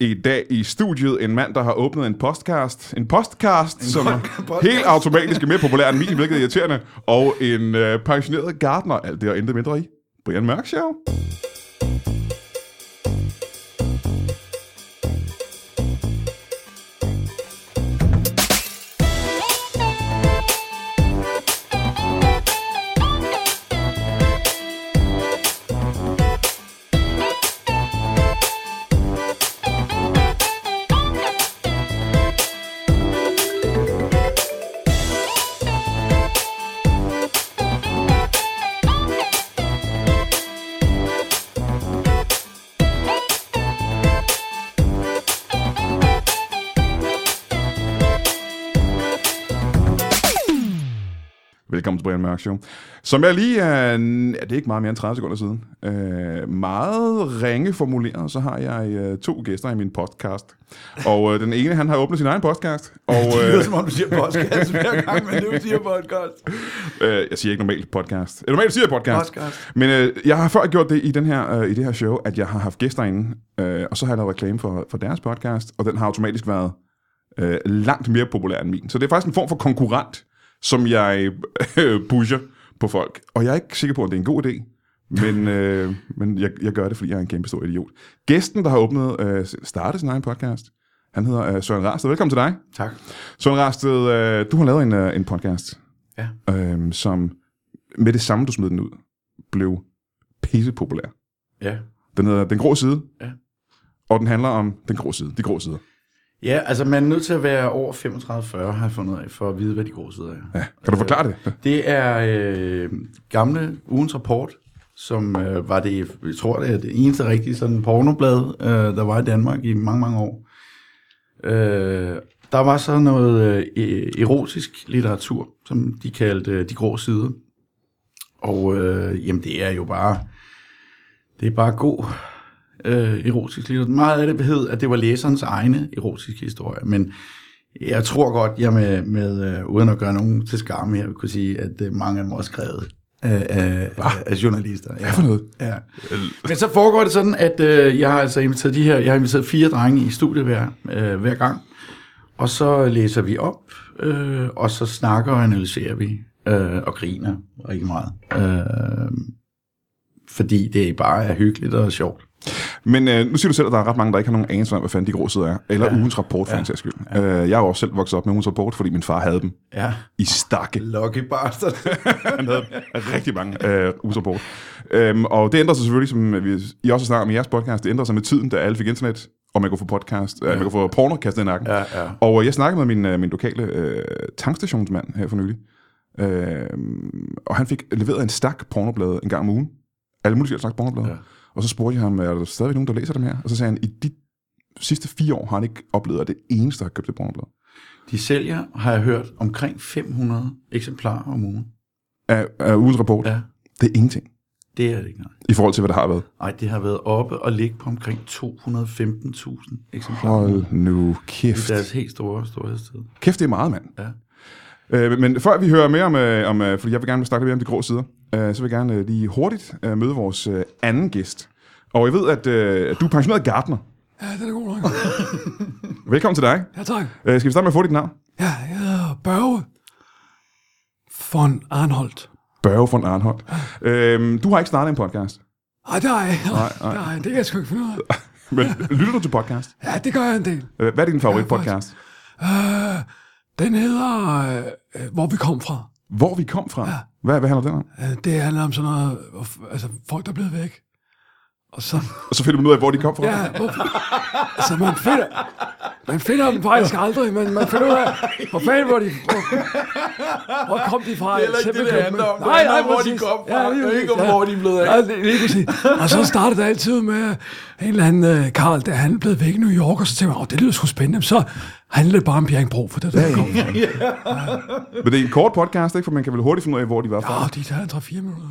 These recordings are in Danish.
I dag i studiet en mand, der har åbnet en podcast. En podcast, en som podcast. podcast. helt automatisk er mere populær end min, hvilket er irriterende. Og en øh, pensioneret gartner. Alt det og intet mindre i. Brian Mørk Show. Velkommen til Brian Mørk Show. Som jeg lige, øh, ja, det er ikke meget mere end 30 sekunder siden, øh, meget ringe formuleret, så har jeg øh, to gæster i min podcast. Og øh, den ene, han har åbnet sin egen podcast. Og Det øh, lyder som om, du siger podcast hver gang, men du siger podcast. øh, jeg siger ikke normalt podcast. Øh, Normalt siger jeg podcast. Podcast. Men øh, jeg har før gjort det i, den her, øh, i det her show, at jeg har haft gæster inde, øh, og så har jeg lavet reklame for, for deres podcast, og den har automatisk været øh, langt mere populær end min. Så det er faktisk en form for konkurrent, som jeg øh, pusher på folk. Og jeg er ikke sikker på, at det er en god idé, men, øh, men jeg, jeg gør det, fordi jeg er en kæmpe stor idiot. Gæsten, der har åbnet, øh, startet sin egen podcast, han hedder øh, Søren Rarsted. Velkommen til dig. Tak. Søren Rarsted, øh, du har lavet en, øh, en podcast, Ja. øh, som med det samme, du smed den ud, blev pissepopulær. Ja. Den hedder Den Grå Side, Ja. og den handler om Den Grå Side, De Grå Sider. Ja, altså man er nødt til at være over 35-40, har jeg fundet ud af, for at vide, hvad de grå sider er. Ja. Kan du forklare det? Det er øh, gamle ugens rapport, som øh, var det, jeg tror det er det eneste rigtige sådan pornoblad, øh, der var i Danmark i mange, mange år. Øh, der var så noget øh, erotisk litteratur, som de kaldte øh, De Grå Sider. Og øh, jamen, det er jo bare, det er bare god øh, erotisk litteratur. Meget af det hed, at det var læserens egne erotiske historier, men jeg tror godt, jeg med, med øh, uden at gøre nogen til skamme her, kunne sige, at øh, mange af dem var skrevet af, af, af journalister. Ja. Hvad for noget? Ja. Men så foregår det sådan, at øh, jeg har altså inviteret de her, jeg har inviteret fire drenge i studiet hver, øh, hver gang, og så læser vi op, øh, og så snakker og analyserer vi, øh, og griner rigtig meget. Øh, fordi det bare er hyggeligt og sjovt. Men øh, nu siger du selv, at der er ret mange, der ikke har nogen anelse om, hvad fanden De Grå Sider er, eller ja. ugens rapport for ja. en sags skyld. Ja. Øh, jeg er jo også selv vokset op med ugens rapport, fordi min far havde dem Ja. i stakke. Lucky bastard. Han havde rigtig mange øh, ugens rapport. Øhm, og det ændrer sig selvfølgelig, som vi, I også snakker om i jeres podcast, det ændrer sig med tiden, da alle fik internet, og man kunne få podcast, øh, man kunne få porno kastet i nakken. ja, ja. Og øh, jeg snakkede med min, øh, min lokale øh, tankstationsmand her for nylig, øh, og han fik leveret en stak pornoblade en gang om ugen. Alle mulige slags pornoblade. Ja. Ja. Og så spurgte jeg ham, er der stadigvæk nogen, der læser dem her? Og så sagde han, i de sidste fire år har han ikke oplevet, at det eneste, der har købt et pornoblad. De sælger, har jeg hørt, omkring 500 eksemplarer om ugen. Af, af ugens rapport, ja. Ja, det er ingenting det er det ikke noget. i forhold til, hvad der har været. Ej, det har været oppe og ligge på omkring 215.000 eksemplarer. Hold nu Det kæft. er deres helt store storhedstid. Kæft, det er meget, mand. Ja. Øh, men før vi hører mere om, øh, om øh, fordi jeg vil gerne snakke lidt mere om de grå sider, øh, så vil jeg gerne øh, lige hurtigt øh, møde vores øh, anden gæst. Og jeg ved, at øh, at du er pensioneret gartner. Ja, den er god nok. Velkommen til dig. Ja, tak. Øh, skal vi starte med at få dit navn? Ja, jeg hedder Børge von Arnholdt. Børge von Arnholdt. Øh, du har ikke startet en podcast, Ej, det har jeg. Nej, Nej, nej. nej. nej, det kan jeg sgu ikke finde ud af. men lytter du til podcast? Ja, det gør jeg en del. Øh, Hvad er din favoritpodcast? Øh, den hedder, øh, øh, hvor vi kom fra. Hvor vi kom fra? Hvad, hvad handler den om? Øh, det handler om sådan noget, hvor f- altså folk, der er blevet væk. Og så, Og så finder man ud af, hvor de kom fra. ja, hvor, altså man finder, man finder dem faktisk aldrig, men man finder ud af, hvor fanden var de, hvor, hvor kom de fra? Det er heller ikke det, det Simpelthen. handler om. Det Nej, handler nej, om, hvor de præcis. kom fra. lige Det er ikke om, præcis, hvor de er blevet af. Ja, det er lige præcis. Og så startede det altid med en eller anden øh, Karl, der han blev væk i New York, og så tænkte jeg, åh, det lyder sgu spændende. Men Så handlede det bare om Bjerringbro, for det der kom. fra. Men det er en kort podcast, ikke? for man kan vel hurtigt finde ud af, hvor de var fra. Åh, de der er 3-4 minutter.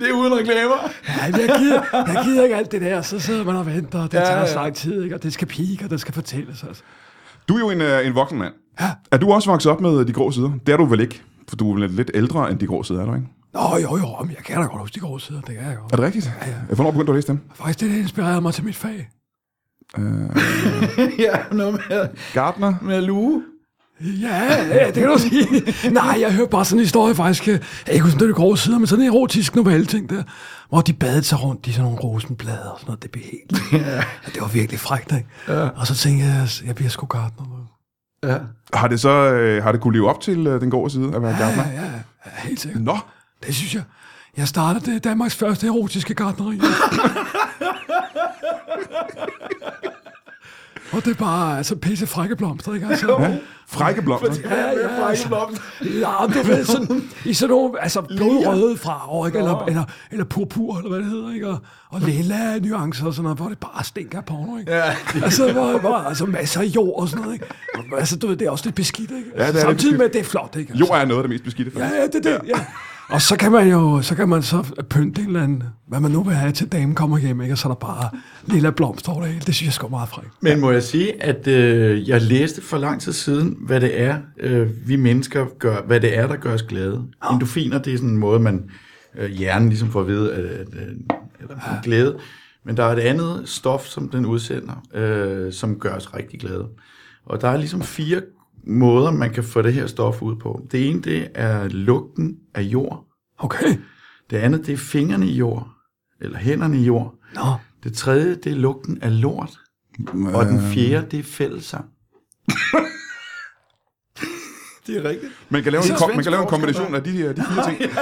Det er uden reklamer. Ja, jeg gider, jeg gider ikke alt det der. Så sidder man og venter, og det Ja, tager ja. så lang tid, ikke? og det skal pike, og det skal fortælles. Altså. Du er jo en, øh, en voksen mand. Ja. Er du også vokset op med øh, de grå sider? Det er du vel ikke, for du er vel lidt ældre end de grå sider, er du ikke? Nå, jo, jo, men jeg kan da godt huske de gode sider, det kan jeg godt. Er det rigtigt? Hvornår begyndte du at læse dem? Faktisk, det der inspirerede mig til mit fag. ja, noget med, Gardner? med at luge. Ja, ja, det kan du sige. Nej, jeg hørte bare sådan en historie faktisk. øh, Jeg kan ikke huske, om det er de grove sider, men sådan en erotisk novelle-ting der, hvor de badede sig rundt i sådan nogle rosenblade og sådan noget. Det blev helt... Ja, det var virkelig frækt, ikke? Ja. Og så tænkte jeg, jeg bliver sgu gartner. nu. Ja. Har det så øh, har det kunne leve op til øh, den gode side at være Gardner? Ja, ja, ja, helt sikkert. Nå, Det synes jeg. Jeg startede det Danmarks første erotiske gartneri. og det er bare altså, pisse frække blomster, ikke? Altså, ja. frække blomster. Ja, ja, altså. ja, men du ved, sådan, i sådan nogle altså, blodrøde farver, ikke? Eller, eller, eller purpur, eller hvad det hedder, ikke? Og, og lilla nuancer og sådan noget, hvor det bare stinker af porno, ikke? Ja. Altså, hvor, hvor, altså masser af jord og sådan noget, ikke? Altså, du ved, det er også lidt beskidt, ikke? det er lidt Samtidig beskidt. med, at det er flot, ikke? Jo er noget af det mest beskidte. Ja, faktisk. ja, det er det, ja. Og så kan man jo, så kan man så pynte en eller anden, hvad man nu vil have til damen kommer hjem, ikke? Og så er der bare lilla blomster over det hele. Det synes jeg sgu er meget frækt. Men må jeg sige, at øh, jeg læste for lang tid siden, hvad det er, øh, vi mennesker gør, hvad det er, der gør os glade. Endorfiner, det er sådan en måde, man øh, hjernen ligesom får at vide, at, at, at, at man er glæde. Men der er et andet stof, som den udsender, øh, som gør os rigtig glade. Og der er ligesom fire måder, man kan få det her stof ud på. Det ene, det er lugten af jord. Okay. Det andet, det er fingrene i jord, eller hænderne i jord. Nå. Det tredje, det er lugten af lort. Og Øh. den fjerde, det er fællesang. det er rigtigt. Man kan lave en, Så kom, man kan lave en svensk kombination af de her de fire ting.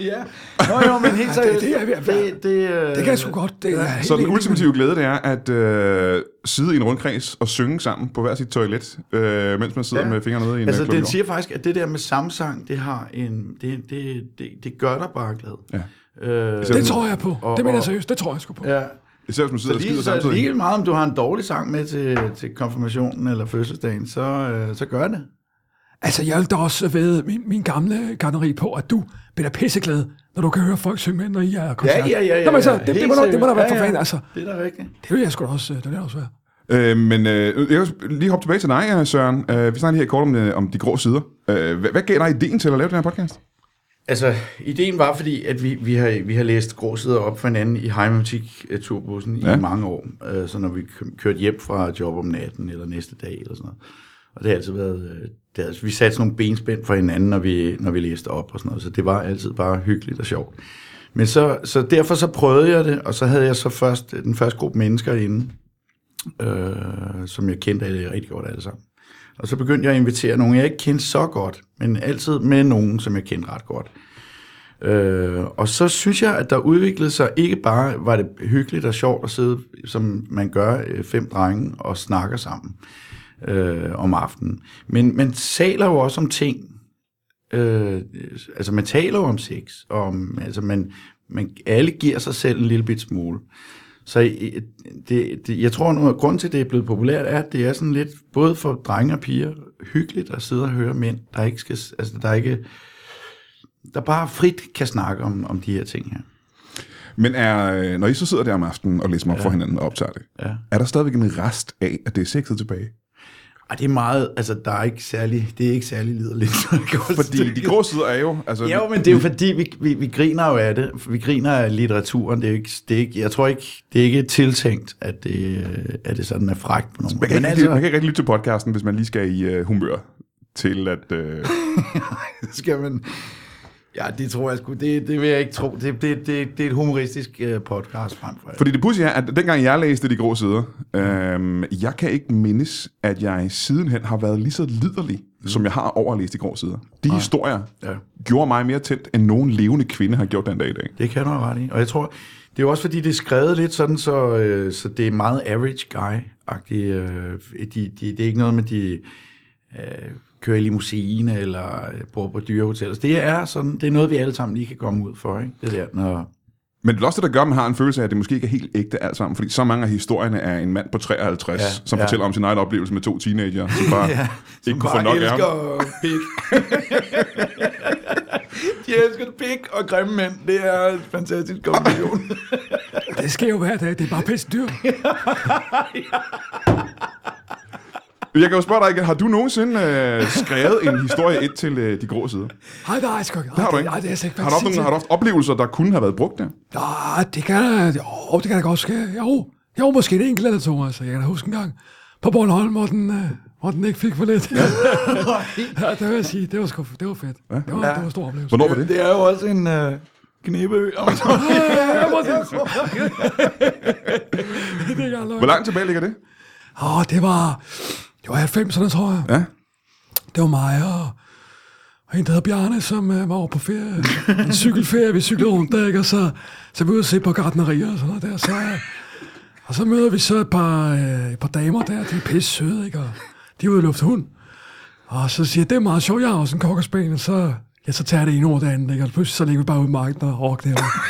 Ja. Nå jo, men helt seriøst. det er jeg ved at være. det, øh, Det kan jeg sgu godt. Det er jeg helt Så den enig med. ultimative glæde, det er at øh, sidde i en rundkreds og synge sammen på hver sit toilet, øh, mens man sidder Ja. med fingrene nede i en Altså, altså, den siger faktisk, at det der med samsang, det har en... Det, det, det, det gør dig bare glad. Ja. Øh, Især- Det tror jeg på. Og- det mener jeg og- seriøst. Det tror jeg sgu på. ja. Især hvis man Så sidder og lige, skider så samtidig. lige meget, om du har en dårlig sang med til, til konfirmationen eller fødselsdagen, så, øh, så gør det. Altså, jeg vil da også ved min, min gamle garneri på, at du bliver da pisseglad, når du kan høre folk synge med, når I er koncert. Nå, men så, det, det, Helt må, da- det må da være seriøst. for fanden, altså. Det er da rigtigt. Det vil jeg sgu da også, det vil jeg også være. Øh, men øh, jeg vil lige hoppe tilbage til dig, øh, Søren. Øh, vi snakker lige her kort om, øh, om de grå sider. Øh, hvad, hvad gav dig ideen til at lave den her podcast? Altså, ideen var fordi, at vi, vi, har, vi har læst gråsider op for hinanden i heimatik turbussen ja. Ja. i mange år. Øh, så når vi kø- kørte hjem fra job om natten eller næste dag eller sådan noget. Og det har altid været... øh, Det har, vi satte sådan nogle benspænd for hinanden, når vi, når vi læste op og sådan noget. Så det var altid bare hyggeligt og sjovt. Men så, så derfor så prøvede jeg det, og så havde jeg så først øh, den første gruppe mennesker inde, øh, som jeg kendte alle rigtig godt alle sammen. Og så begyndte jeg at invitere nogen, jeg ikke kendte så godt, men altid med nogen, som jeg kendte ret godt. Øh, og så synes jeg, at der udviklede sig, ikke bare var det hyggeligt og sjovt at sidde, som man gør, øh, fem drenge og snakker sammen øh, om aftenen. Men man taler jo også om ting. Øh, altså man taler jo om sex, og om, altså man, man, alle giver sig selv en lille bit smule. Så øh, det, det, jeg tror, noget af grunden til, at det er blevet populært, er, at det er sådan lidt, både for drenge og piger, hyggeligt at sidde og høre mænd, der ikke skal, altså der ikke, der bare frit kan snakke om, om de her ting her. Men er, øh, når I så sidder der om aftenen og læser mig op ja. for hinanden og optager det, Ja. er der stadigvæk en rest af, at det er sexet tilbage? Ej, det er meget, altså der er ikke særlig, det er ikke særlig liderligt. Fordi de grå sider er jo... Altså, Ja, men det er jo fordi, vi, vi, vi griner jo af det. Vi griner af litteraturen. Det er jo ikke, det er ikke, jeg tror ikke, det er ikke tiltænkt, at det, at det sådan er fragt på man, nogen måde. kan Men ikke, altså, man altså, kan ikke rigtig lytte til podcasten, hvis man lige skal i øh, humør til at... Øh, skal man... Ja, det tror jeg sgu. Det, det vil jeg ikke tro. Det, det, det, det er et humoristisk øh, podcast frem for alt. Fordi det pudsige er, at dengang jeg læste De Grå Sider, øhm, jeg kan ikke mindes, at jeg sidenhen har været lige så liderlig, mm. som jeg har over at læse De Grå Sider. De Nej. historier ja. Ja. gjorde mig mere tændt, end nogen levende kvinde har gjort den dag i dag. Det kan du have ret i. Og jeg tror, det er jo også fordi, det er skrevet lidt sådan, så, øh, så det er meget average guy-agtigt. Øh, de, de, det er ikke noget med, de øh, kører i limousine eller øh, bor på dyrehoteller. Så Det er sådan, det er noget, vi alle sammen lige kan komme ud for. Ikke? Det der, når, Men det er også det, der gør, at man har en følelse af, at det måske ikke er helt ægte alt sammen, fordi så mange af historierne er en mand på 53, ja. Ja, som ja. fortæller om sin egen oplevelse med to teenager, som bare ja, som ikke kunne få nok af ham. elsker pik. de elsker pik og grimme mænd. Det er en fantastisk kombination. Det sker jo hver dag. Det er bare pisse dyrt. Men jeg kan jo spørge dig igen, har du nogensinde øh, skrevet en historie ind til øh, de grå sider? Ej, nej, sgu ikke. Det har du ikke. Nej, det er jeg slet ikke. har, du haft nogle, har du haft oplevelser, der kunne have været brugt der? Nej, det kan da, jo, det kan da godt ske. Jo, jo måske det enkelt eller to, altså. Jeg kan da huske en gang på Bornholm, hvor den, øh, hvor den ikke fik for lidt. Ja. ja, det vil jeg sige, det var, sgu, det var fedt. Ja. Det, var, det var en stor oplevelse. Hvornår var det? Det er jo også en øh, knæbeø. Ja, ja, præcis. det er ikke engang løgn. Hvor langt tilbage ligger det? Åh, det var... Det var 90'erne, tror jeg. Ja. Det var mig og, og en, der hedder Bjarne, som øh, var over på ferie. En cykelferie, vi cyklede rundt der, ikke? Og så, så var vi ude og se på gardnerier og sådan noget der. Så, øh, og så møder vi så et par, øh, et par damer der, de er pisse søde, ikke? Og de er ude at lufte hund. Og så siger jeg, det er meget sjovt, jeg har også en cocker spaniel, så, ja, så tager jeg det ene over det andet, ikke? Og pludselig så ligger vi bare ude i marken og råknæver.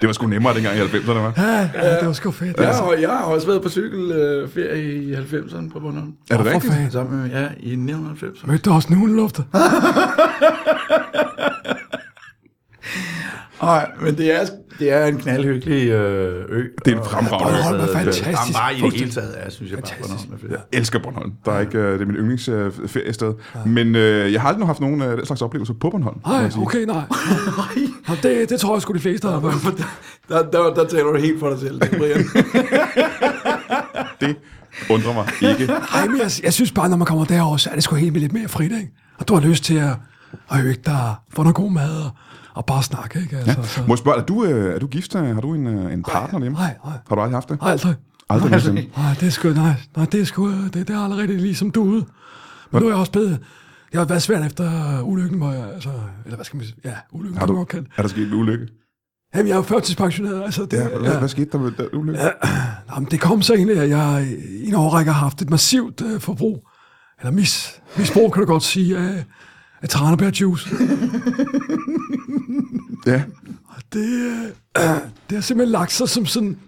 Det var sgu nemmere dengang i 90'erne, var. Ja, ja, det var sgu fedt. Jeg altså. har, jeg har også været på cykelferie i 90'erne på Bornholm. Er det For rigtigt? fanden. Sammen med, ja, i 1990'erne. Mødte du også en hundelufter? Nej, men det er, det er en knaldhyggelig øh, ø. Det er en fremragende ø. Bornholm er fantastisk. Bare i det hele taget, ja, synes jeg bare, Bornholm er fedt. Ja. Jeg elsker Bornholm. Der er ikke, øh, det er min yndlingsferiested. Ja. Men øh, jeg har aldrig nu haft nogen af den slags oplevelser på Bornholm. må Nej, jeg sige. okay, nej. Nå, det, det tror jeg sgu de fleste har. For der, der, der, der taler du helt for dig selv, Brian. Det undrer mig ikke. Ej, men jeg, jeg synes bare, når man kommer derover, så er det sgu helt med lidt mere frit, ikke? Og du har lyst til at, at hygge dig, få noget god mad og, og bare snakke, ikke? Altså, ja. så, Må jeg spørge, er du, øh, er du gift? øh, Har du en, øh, en partner hjemme? nej, nej. Har du aldrig haft det? Ej, aldrig. Aldrig nogensinde. Nej, det er sgu, nej, nej, det er sgu, øh, det, det er allerede ligesom du ude. Men nu er jeg også blevet, jeg har været svært efter ulykken, hvor jeg, altså, eller hvad skal man sige, ja, ulykken, Har kan du, man godt kalde. er der sket en ulykke? Jamen, jeg er jo førtidspensioneret, altså, det, Ja, hvad, hvad skete der med den ulykke? Ja. Jamen, det kom så egentlig, at jeg i en årrække har haft et massivt øh, forbrug, eller mis, misbrug, kan du godt sige, af, af tranebærjuice. ja. Og det, øh, det har simpelthen lagt sig som sådan,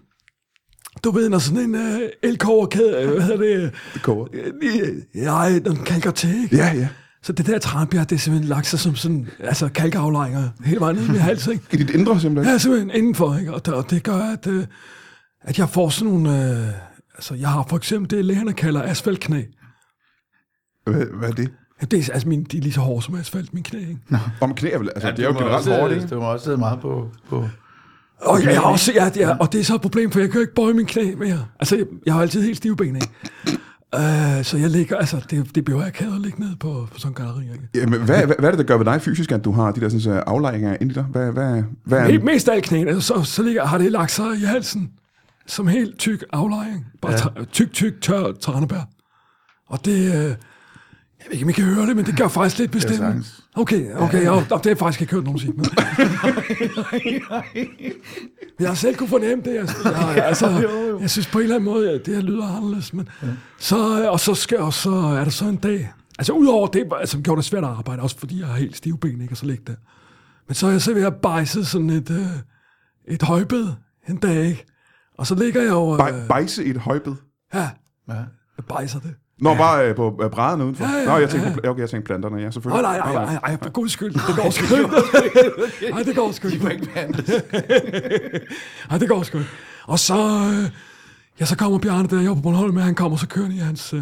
du ved, når sådan en øh, elkoverkæde, øh, hvad hedder det? Koger. Øh, nej, når den kalker til, ikke? Ja, ja. Så det der tranebær, det er simpelthen lagt sig som sådan, altså kalkaflejringer hele vejen ned i min hals, ikke? I dit indre simpelthen? Ja, simpelthen indenfor, ikke? Og, der, og det gør, at, øh, at jeg får sådan nogle... Øh, altså, jeg har for eksempel det, lægerne kalder asfaltknæ. Hvad, hvad er det? Ja, Det er, altså, min, de er lige så hårde som asfalt, min knæ, ikke? Om knæ, vel? Altså, ja, det er jo generelt hårdt, ikke? Det var også sidde meget på... på Og, jeg har også, ja, det er, og det er så et problem, for jeg kan jo ikke bøje min knæ mere. Altså, jeg, jeg har altid helt stive ben, ikke? Uh, så jeg ligger, altså, det, det bliver jeg ked af at ligge ned på, på sådan en galleri, ikke? Jamen, hvad, hvad, hvad er det, der gør ved dig fysisk, at du har de der sådan, så aflejringer ind i dig? Hvad, hvad, hvad er Helt mest af alt knæene, altså, så, så ligger, har det lagt sig i halsen, som helt tyk aflejring. Bare ja. tyk, tyk, tør tranebær. Og det, øh, jeg ved ikke, om I kan høre det, men det gør faktisk lidt bestemt. sagtens. Okay, okay, ja. jo, det har jeg faktisk ikke hørt nogen sige. Men jeg har selv kunne fornemme det. Jeg, jeg, altså, jeg synes på en eller anden måde, at det her lyder anderledes. Men, så, øh, og, så skal, og så er der så en dag, altså udover det, som altså, gjorde det svært at arbejde, også fordi jeg har helt stive ben, ikke, og så ligge der. Men så er jeg så ved at bejse sådan et, øh, et højbed en dag, ikke? Og så ligger jeg jo... Øh, Be- bejse i et højbed? ja, ja. jeg bejser det. Nå, bare øh, på øh, brædderne udenfor. Ja, ja, Nå, jeg tænkte, ja. på, pla- okay, jeg tænkte planterne, ja, Åh, selvfølgelig. oh, nej, nej, nej, nej, for guds skyld, det går sgu ikke. Nej, det går sgu ikke. må ikke behandles. Nej, det går sgu ikke. Og så, øh, ja, så kommer Bjarne der, jeg var på Bornholm med, han kommer så kører i hans, øh,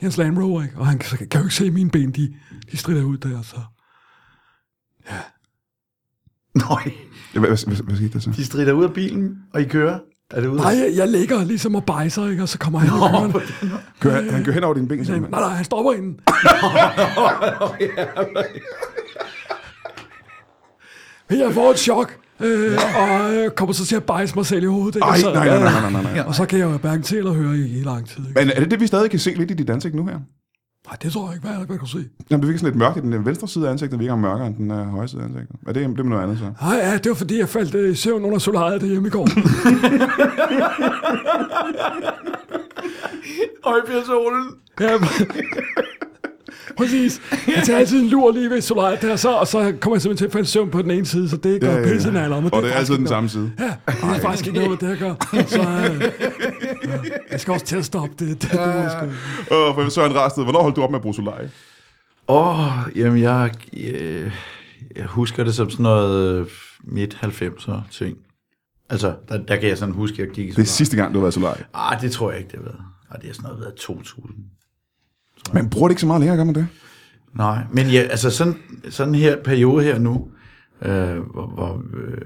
i hans Land Rover, ikke? Og han kan, kan jo ikke se mine ben, de, de strider ud der, så... Nej, Ja, Hvad, hvad, hvad, hvad skete der så? de strider ud af bilen, og I kører. Er det ude? Nej, jeg, jeg ligger ligesom og bejser, ikke? Og så kommer han Nå, Åh, på den måde. Kører, han- han kører hen over dine ben, Nej, simpelthen. nej, han stopper inden. Men jeg får et chok, øh, og øh, kommer så til at bejse mig selv i hovedet. ikke? Ej, Og så, nej, nej, nej, nej, nej, nej. Og så kan jeg jo hverken til eller høre i, i lang tid. Ikke? Men er det det, vi stadig kan se lidt i dit ansigt nu her? Nej, det tror jeg ikke, hvad jeg hvad kan du se. Jamen, det virker sådan lidt mørkt i den øh, venstre side af ansigtet, virker mørkere end den øh, højre side af ansigtet. Er det, det er noget andet, så? Nej, ja, det var fordi, jeg faldt øh, i søvn under solariet derhjemme i går. Højbjergsolen. Ja, Præcis. Jeg tager altid en lur lige ved solariet der, så, og så kommer jeg simpelthen til at falde i søvn på den ene side, så det gør Ja, ja, ja, ja, ja. pisse ja. om. Og det er altid den samme side. Ja, det er faktisk ikke noget, hvad det her gør. Så øh, ja, jeg skal også til at stoppe det. det, det ja, ja. Åh, for Søren Rasted, hvornår holdt du op med at bruge solarie? Åh, oh, jamen jeg, jeg, jeg husker det som sådan noget øh, midt-90'er ting. Altså, der, der kan jeg sådan huske, at jeg gik i Det sådan er sidste gang, du har været solarie. noget. Ah, det tror jeg ikke, det har været. Og det er sådan noget været 2000. Man bruger det ikke så meget længere, gør man det? Nej, men ja, altså sådan, sådan her periode her nu, øh, hvor, hvor, øh,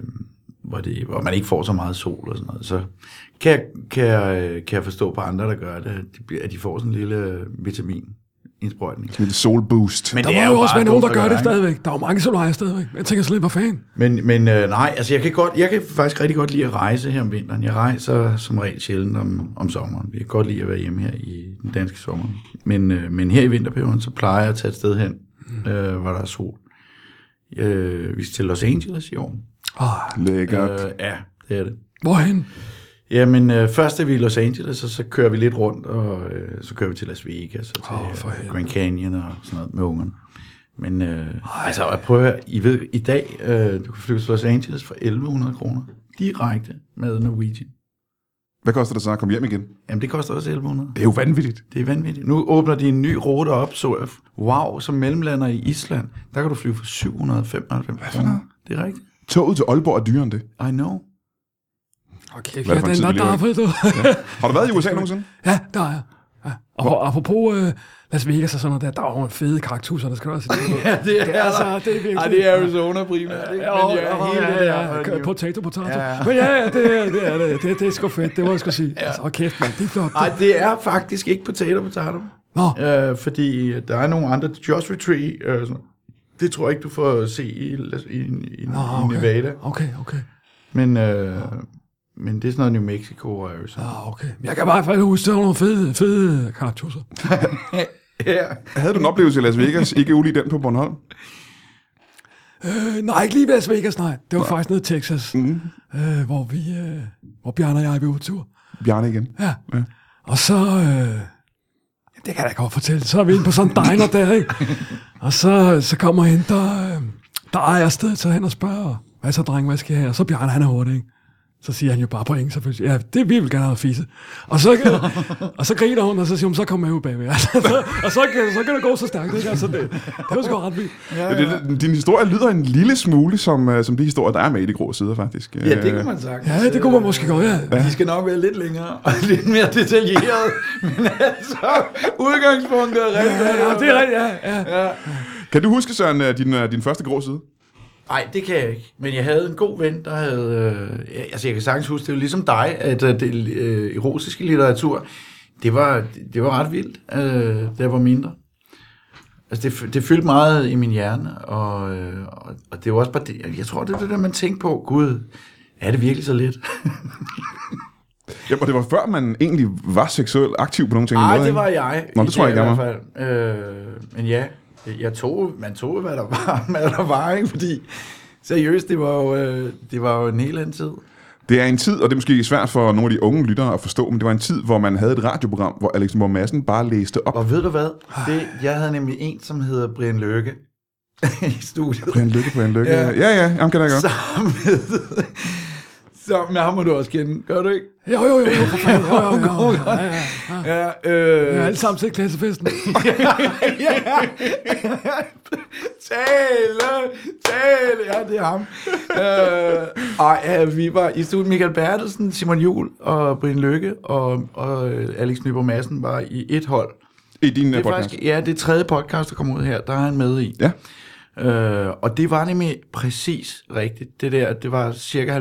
hvor, det, hvor man ikke får så meget sol og sådan noget, så kan jeg, kan jeg, øh, kan jeg forstå på andre, der gør det, at de, bliver- at de får sådan en lille øh, vitaminindsprøjtning. Lidt solboost. Men Men, Der det må er jo også bare være nogen, der dumt at gør det ikke? stadigvæk. Der er jo mange, som leger stadigvæk. Jeg tænker slet ikke på fan. Men, men øh, nej, altså jeg kan, godt, jeg kan faktisk rigtig godt lide at rejse her om vinteren. Jeg rejser som regel sjældent om, om sommeren. Jeg kan godt lide at være hjemme her i den danske sommer. Men, øh, men her i vinterperioden, så plejer jeg at tage et sted hen, øh, hvor der er sol. Øh, vi skal til Los Angeles i år. Oh, Lækkert. Øh, Øh, ja, det er det. hvorhen? Jamen, øh, først er vi i Los Angeles, og så kører vi lidt rundt, og øh, så kører vi til Las Vegas og til Åh, for oh, helvede. Grand Canyon og sådan noget med ungerne. Men øh, altså, jeg prøver at høre, I ved, i dag, øh, du kan flyve til Los Angeles for 1100 kroner direkte med Norwegian. Hvad koster det så at komme hjem igen? Jamen, det koster også 1100. Det er jo vanvittigt. Det er vanvittigt. Nu åbner de en ny rute op, så jeg, wow, som mellemlander i Island, der kan du flyve for 795 kroner. Det er rigtigt. Toget til Aalborg er dyrere end det. I know. Okay, Hvad er ja, det for en den tid, er vi der, lever i? Fred, du. Har du været i USA nogensinde? Ja, der er jeg. Ja. Og hvor? apropos øh, Las Vegas og sådan noget der, der er jo en fede kaktuser, der skal du også Ja, det er, det altså, det er virkelig- Ej, det er Arizona primært. ikke? Ja, Men ja, hele ja, det ja, der- ja, øh, potato, potato. Ja, ja. Men ja, ja, det, er- det er det. Det, det er sgu fedt, det må jeg sgu sige. Altså, hold kæft, mand, det er flot. Nej, det er faktisk ikke potato potato. Nå, Øh, fordi der er nogle andre. Joshua Tree, øh, sådan- det tror jeg ikke, du får at se i, i, i, i Ah, okay. Nevada. okay, okay. Men, øh, men det er sådan noget New Mexico og Arizona. Ah, okay. Men Jeg kan bare i hvert fald huske, der var nogle fede, fede kaktuser. Ja. Havde du en oplevelse i Las Vegas, ikke ulig den på Bornholm? Øh, nej, ikke lige Las Vegas, nej. Det var faktisk nede i Texas, mm. øh, hvor vi, øh, hvor Bjarne og jeg var ude tur. Bjarne igen. Ja. ja. Og så... Øh, det kan jeg da godt fortælle. Så er vi inde på sådan en diner der, ikke? Og så, så kommer han, der, øh, der ejer jeg stedet, så hen og spørger, hvad så dreng, hvad skal jeg have? Og så Bjarne, han er hurtig, ikke? Så siger han jo bare på engelsk, selvfølgelig. Ja, det vi vil gerne have fisse. Og så, og så griner hun, og så siger hun, så kom med ud bagved. og så, og så, kan- så kan det gå så stærkt, ikke? Altså, det, det var sgu ret vildt. Ja, ja. Det, din historie lyder en lille smule som, øh, som de historier, der er med i de grå sider, faktisk. Øh, ja, det kunne man sagt. Ja, det kunne man måske godt, ja. De skal nok være lidt længere og lidt mere detaljeret. men altså, udgangspunktet er rigtigt. Ja, det er rigtigt, ja, ja. Kan du huske, Søren, øh, din, øh, din første grå side? Nej, det kan jeg ikke. Men jeg havde en god ven, der havde... Øh, ja, altså, jeg kan sagtens huske, det var ligesom dig, at øh, det øh, erotiske litteratur, det var, det var ret vildt, øh, da jeg var mindre. Altså, det, det fyldte meget i min hjerne, og, øh, og, og det var også bare det, jeg tror, det er det der, man tænkte på, gud, er det virkelig så let? Jamen, og det var før, man egentlig var seksuelt aktiv på nogle ting. Nej, det var jeg. Nå, i det tror jeg dag ikke, jeg i hvert fald. Øh, men ja, jeg tog, man tog, hvad der var, hvad der var, ikke? Fordi seriøst, det var jo, øh, det var jo en helt anden tid. Det er en tid, og det er måske svært for nogle af de unge lyttere at forstå, men det var en tid, hvor man havde et radioprogram, hvor Alex Moore Madsen bare læste op. Og ved du hvad? Det, jeg havde nemlig en, som hedder Brian Løkke i studiet. Brian Lykke, Brian Lykke. Ja, Ja. ja, ja jamen, kan jeg da godt. Sammen med... Sammen med ham må du også kende, gør du ikke? Jo, jo, jo, jo, for fanden. Jo, jo, jo, jo, ja, ja. Ja, øh... Vi har alle sammen til klassefesten. ja. tale, tale. Ja, det er ham. Øh, og ja, vi var i studiet Michael Bertelsen, Simon Jul og Brian Lykke og, og øh, Alex Nyborg Madsen var i et hold. I din øh, Det er podcast. faktisk, ja, det er tredje podcast, der kommer ud her. Der er han med i. Ja. Øh, og det var nemlig præcis rigtigt. Det der, det var cirka 90-91,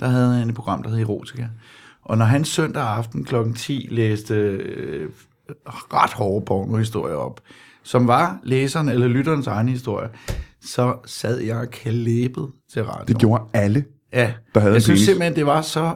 der havde han et program, der hed Erotica. Og når han søndag aften kl. 10 læste øh, ret hårde pornohistorier op, som var læseren eller lytterens egen historie, så sad jeg og klæbet til radioen. Det gjorde alle. ja. der havde en jeg synes penis. simpelthen, det var så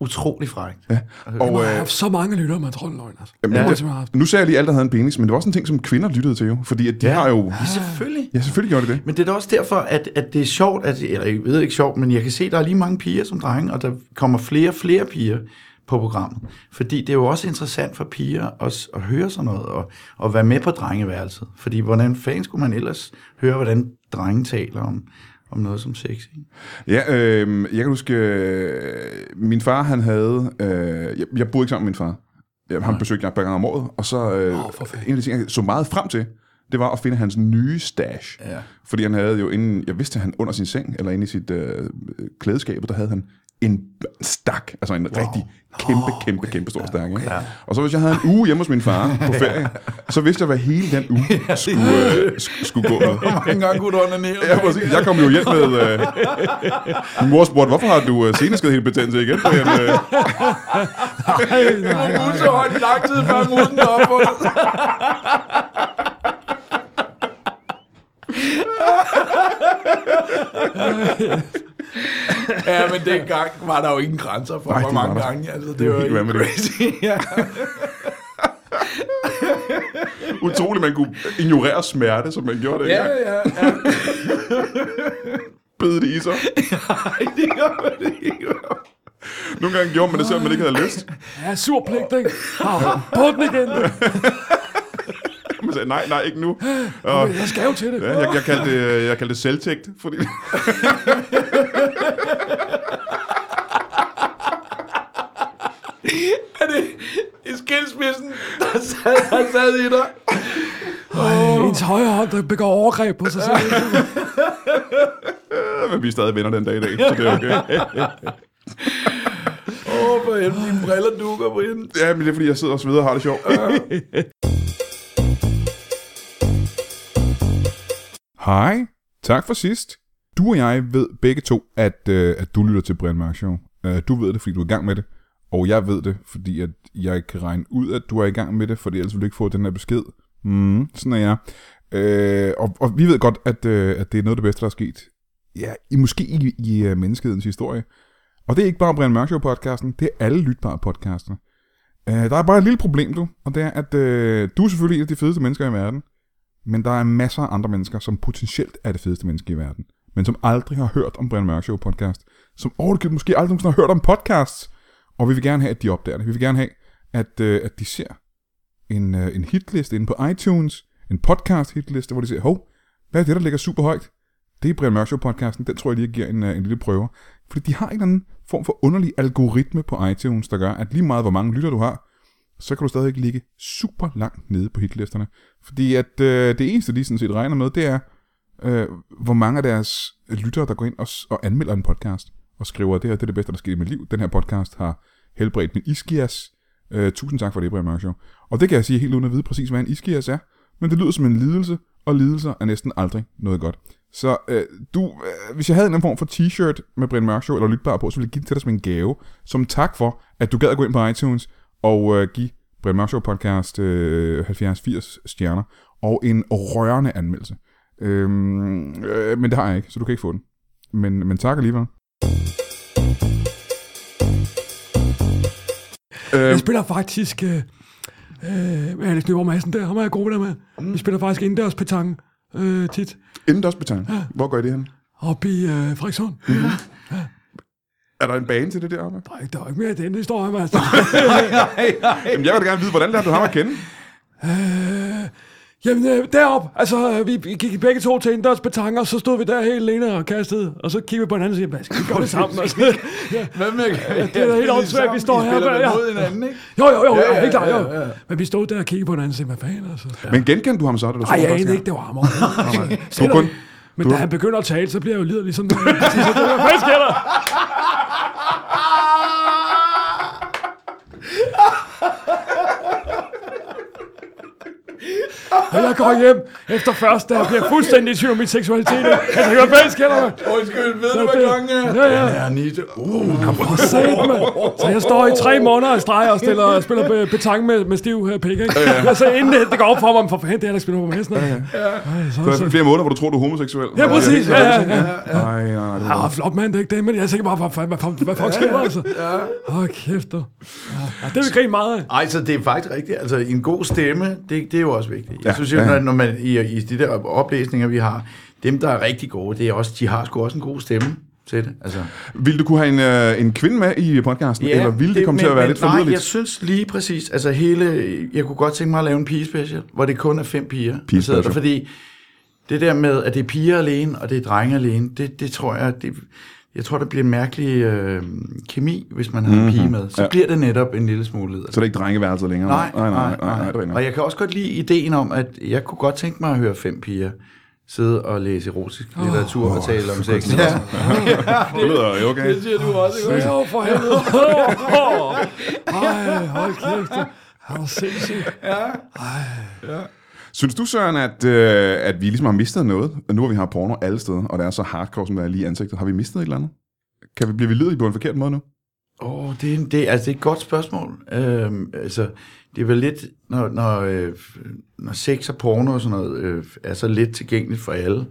utrolig frækt. Ja. Og Man har øh, haft så mange lyttere, man tror, det er løgn. Altså. Jamen, Jamen, ja. det- det, man har haft. nu sagde jeg lige, at alle der havde en penis, men det var også en ting, som kvinder lyttede til jo. Fordi at de ja. Ja. har jo... Selvfølgelig. Ja, selvfølgelig gjorde de det. Men det er da også derfor, at, at det er sjovt, at, eller jeg ved ikke sjovt, men jeg kan se, at der er lige mange piger som drenge, og der kommer flere og flere piger på programmet. Fordi det er jo også interessant for piger at, s- at høre sådan noget, og, og være med på drengeværelset. Fordi hvordan fanden skulle man ellers høre, hvordan drenge taler om, om noget som sex? Ikke? Ja, øh, jeg kan huske, øh, min far han havde, øh, jeg, jeg boede ikke sammen med min far. Jeg, ham besøgte jeg et par gange om året, og så øh, Åh, for fanden. en af de ting, jeg så meget frem til, det var at finde hans nye stash. Ja. Fordi han havde jo inden, jeg vidste, at han under sin seng, eller inde i sit øh, klædeskab, der havde han en stak, altså en wow. rigtig kæmpe, kæmpe, okay. kæmpe stor stak. Ikke? Ja. Og så hvis jeg havde en uge hjemme hos min far på ferie, så vidste jeg, hvad hele den uge skulle, øh, sk- skulle gå med. Hvor mange gange kunne du onanere? Ja, præcis. Jeg kom jo hjem med... Øh, min mor spurgte, hvorfor har du øh, seneskede helt betændelse igen? Brian? Øh, Nej, nej, Hun så højt i lang tid, før musen er opfundet. ja, men dengang var der jo ingen grænser for, Nej, Nej, hvor det var mange der. gange. Altså, det, er var helt helt vanvittigt. crazy. ja. utroligt, man kunne ignorere smerte, som man gjorde det. ja, Ja. ja, ja. Bede det i sig. Ej, det gør man ikke. Nogle gange gjorde man det, selvom man ikke havde lyst. Ja, sur pligt, ikke? Ah, På den igen. Man sagde, nej, nej, ikke nu. Og, Okay, Jeg skal jo til det. Ja, jeg, jeg, kaldte det, jeg kaldte det selvtægt, fordi... Er det i skilsmissen, der sad, der sad i dig? Ej, ens højre hånd, der begår overgreb på sig selv. Ja, men vi er stadig venner den dag i dag, så det er okay. Åh, oh, for helvede, dine briller dukker, Brian. Ja, men det er fordi, jeg sidder og sveder og har det sjovt. Hej, tak for sidst. Du og jeg ved begge to, at, øh, at du lytter til Brian Mørk Show. Øh, du ved det, fordi du er i gang med det, og jeg ved det, fordi at jeg kan regne ud, at du er i gang med det, for ellers vil du ikke få den her besked. Mm, sådan er jeg. Øh, og, og vi ved godt, at, øh, at det er noget af det bedste, der er sket. Ja, i, måske i, i øh, menneskehedens historie. Og det er ikke bare Brian Mørk Show-podcasten, det er alle lytbare podcaster. Øh, der er bare et lille problem, du. Og det er, at øh, du er selvfølgelig en af de fedeste mennesker i verden. Men der er masser af andre mennesker, som potentielt er det fedeste menneske i verden. Men som aldrig har hørt om Brian Mørk Show podcast. Som overhovedet måske aldrig nogensinde har hørt om podcasts. Og vi vil gerne have, at de opdager det. Vi vil gerne have, at, øh, at de ser en, øh, en hitliste inde på iTunes. En podcast hitliste, hvor de siger, hov, hvad er det, der ligger super højt? Det er Brian Mørk Show podcasten. Den tror jeg lige, jeg giver en, øh, en lille prøver. Fordi de har en eller anden form for underlig algoritme på iTunes, der gør, at lige meget hvor mange lytter du har, så kan du stadigvæk ligge super langt nede på hitlisterne. Fordi at øh, det eneste, de sådan set regner med, det er, øh, hvor mange af deres lyttere, der går ind og, s- og anmelder en podcast, og skriver, det her det er det bedste, der skete i mit liv. Den her podcast har helbredt min iskias. Øh, tusind tak for det, Brian Mørk Show. Og det kan jeg sige helt uden at vide præcis, hvad en iskias er, men det lyder som en lidelse, og lidelser er næsten aldrig noget godt. Så øh, du, øh, hvis jeg havde en eller anden form for t-shirt med Brian Mørk Show eller lytbar på, så ville jeg give det til dig som en gave, som tak for, at du gad at gå ind på iTunes og øh, give Brian Mørk Show podcast øh, 70-80 stjerner og en rørende anmeldelse. Øhm, øh, men det har jeg ikke, så du kan ikke få den. Men, men tak alligevel. Jeg spiller faktisk... Øh, øh, med Alex Nyborg Madsen der, ham er jeg god venner med. Vi spiller faktisk indendørs petang øh, tit, Indendørsbetang. Hvor går I det hen? oppe i øh, Frederikshund. Er der en bane til det der, Arma? Nej, der er ikke mere i den historie, men altså. Jamen, jeg vil da gerne vide, hvordan lærte du ham at kende? Jamen, øh, deroppe, altså, øh, vi vi gik begge to til indendørs petang, og så stod vi der helt alene og kastede, og så kiggede vi på hinanden og sagde, hvad skal vi gøre det sammen? Altså, ja. Hvad med, ja, det er da helt åndssvagt, vi står her, Spiller ja. man mod hinanden, ikke? Jo, jo, jo, Ja, ja, ja, helt klart, ja, jo. ja. Men vi stod der og kiggede på hinanden og sagde, hvad fanden, altså. Men genkendte du ham så, da du så Nej, jeg ham første anede gang? ikke, det var ham overhovedet. Nej. Det Du var er der kun... ikke. Men du- da han begynder at tale, så bliver jeg jo liderlig sådan. øh, præcis, så tænker jeg, Hvad sker der? Og jeg går hjem efter først, da jeg bliver fuldstændig i tvivl om min seksualitet. Jeg tænker, hvad sker der? mand? Undskyld, ved du, Så hvad det- klokken er? Ja, ja. Den er Anita. Uh, For satan, mand. Så jeg står i tre måneder og streger og stiller, og spiller be- betang med, med stiv her pik, ikke? Og så inden det, det går op for mig, for fanden, det er der ikke spiller på med hesten. Ja, Du har flere måneder, hvor du tror, du er homoseksuel. ja, præcis. Ja, ja, ja. Nej, nej, det var... Ah, flot mand, det er ikke det, men jeg tænker bare, hvad, hvad, hvad, hvad fuck sker der altså? Åh, oh, kæft du. Ja, det vil grine meget af. Ej, så det er faktisk rigtigt. Altså, en god stemme, det, det er jo også vigtigt. Jeg Ja, ja, synes jo, ja. ja. når man i, i de der oplæsninger, vi har, dem, der er rigtig gode, det er også, de har sgu også en god stemme til det. Altså, Ville du kunne have en, øh, en kvinde med i podcasten, eller ville det, komme men, til at være men lidt Nej, jeg forlideligt? synes lige præcis, altså hele, jeg kunne godt tænke mig at lave en pige-special, hvor det kun er fem piger, der sidder der, special. fordi det der med, at det er piger alene, og det er drenge alene, det, det tror jeg, det, jeg tror, der bliver en mærkelig øh, kemi, hvis man har en pige med. Så Ja. Mhm. ja. bliver det netop en lille smule leder. Så er det ikke drengeværelset længere? Nej, nej, nej, nej, nej, nej, Og jeg kan også godt lide ideen om, at jeg kunne godt tænke mig at høre fem piger sidde og læse erotisk litteratur oh, og tale om sex. Ja. Ja. Det lyder jo okay. Det siger du også, ikke? Ja, for helvede. Åh, Ej, hold kæft. Han er sindssyg. Synes du, Søren, at, øh, at vi ligesom har mistet noget? Nu hvor vi har porno alle steder, og det er så hardcore, som det er lige i ansigtet. Har vi mistet et eller andet? Kan vi blive ledige på en forkert måde nu? Åh, oh, det, er en- det, altså, det er et godt spørgsmål. Øhm, altså, det er vel lidt, når, når, øh, når sex og porno og sådan noget øh, er så lidt tilgængeligt for alle,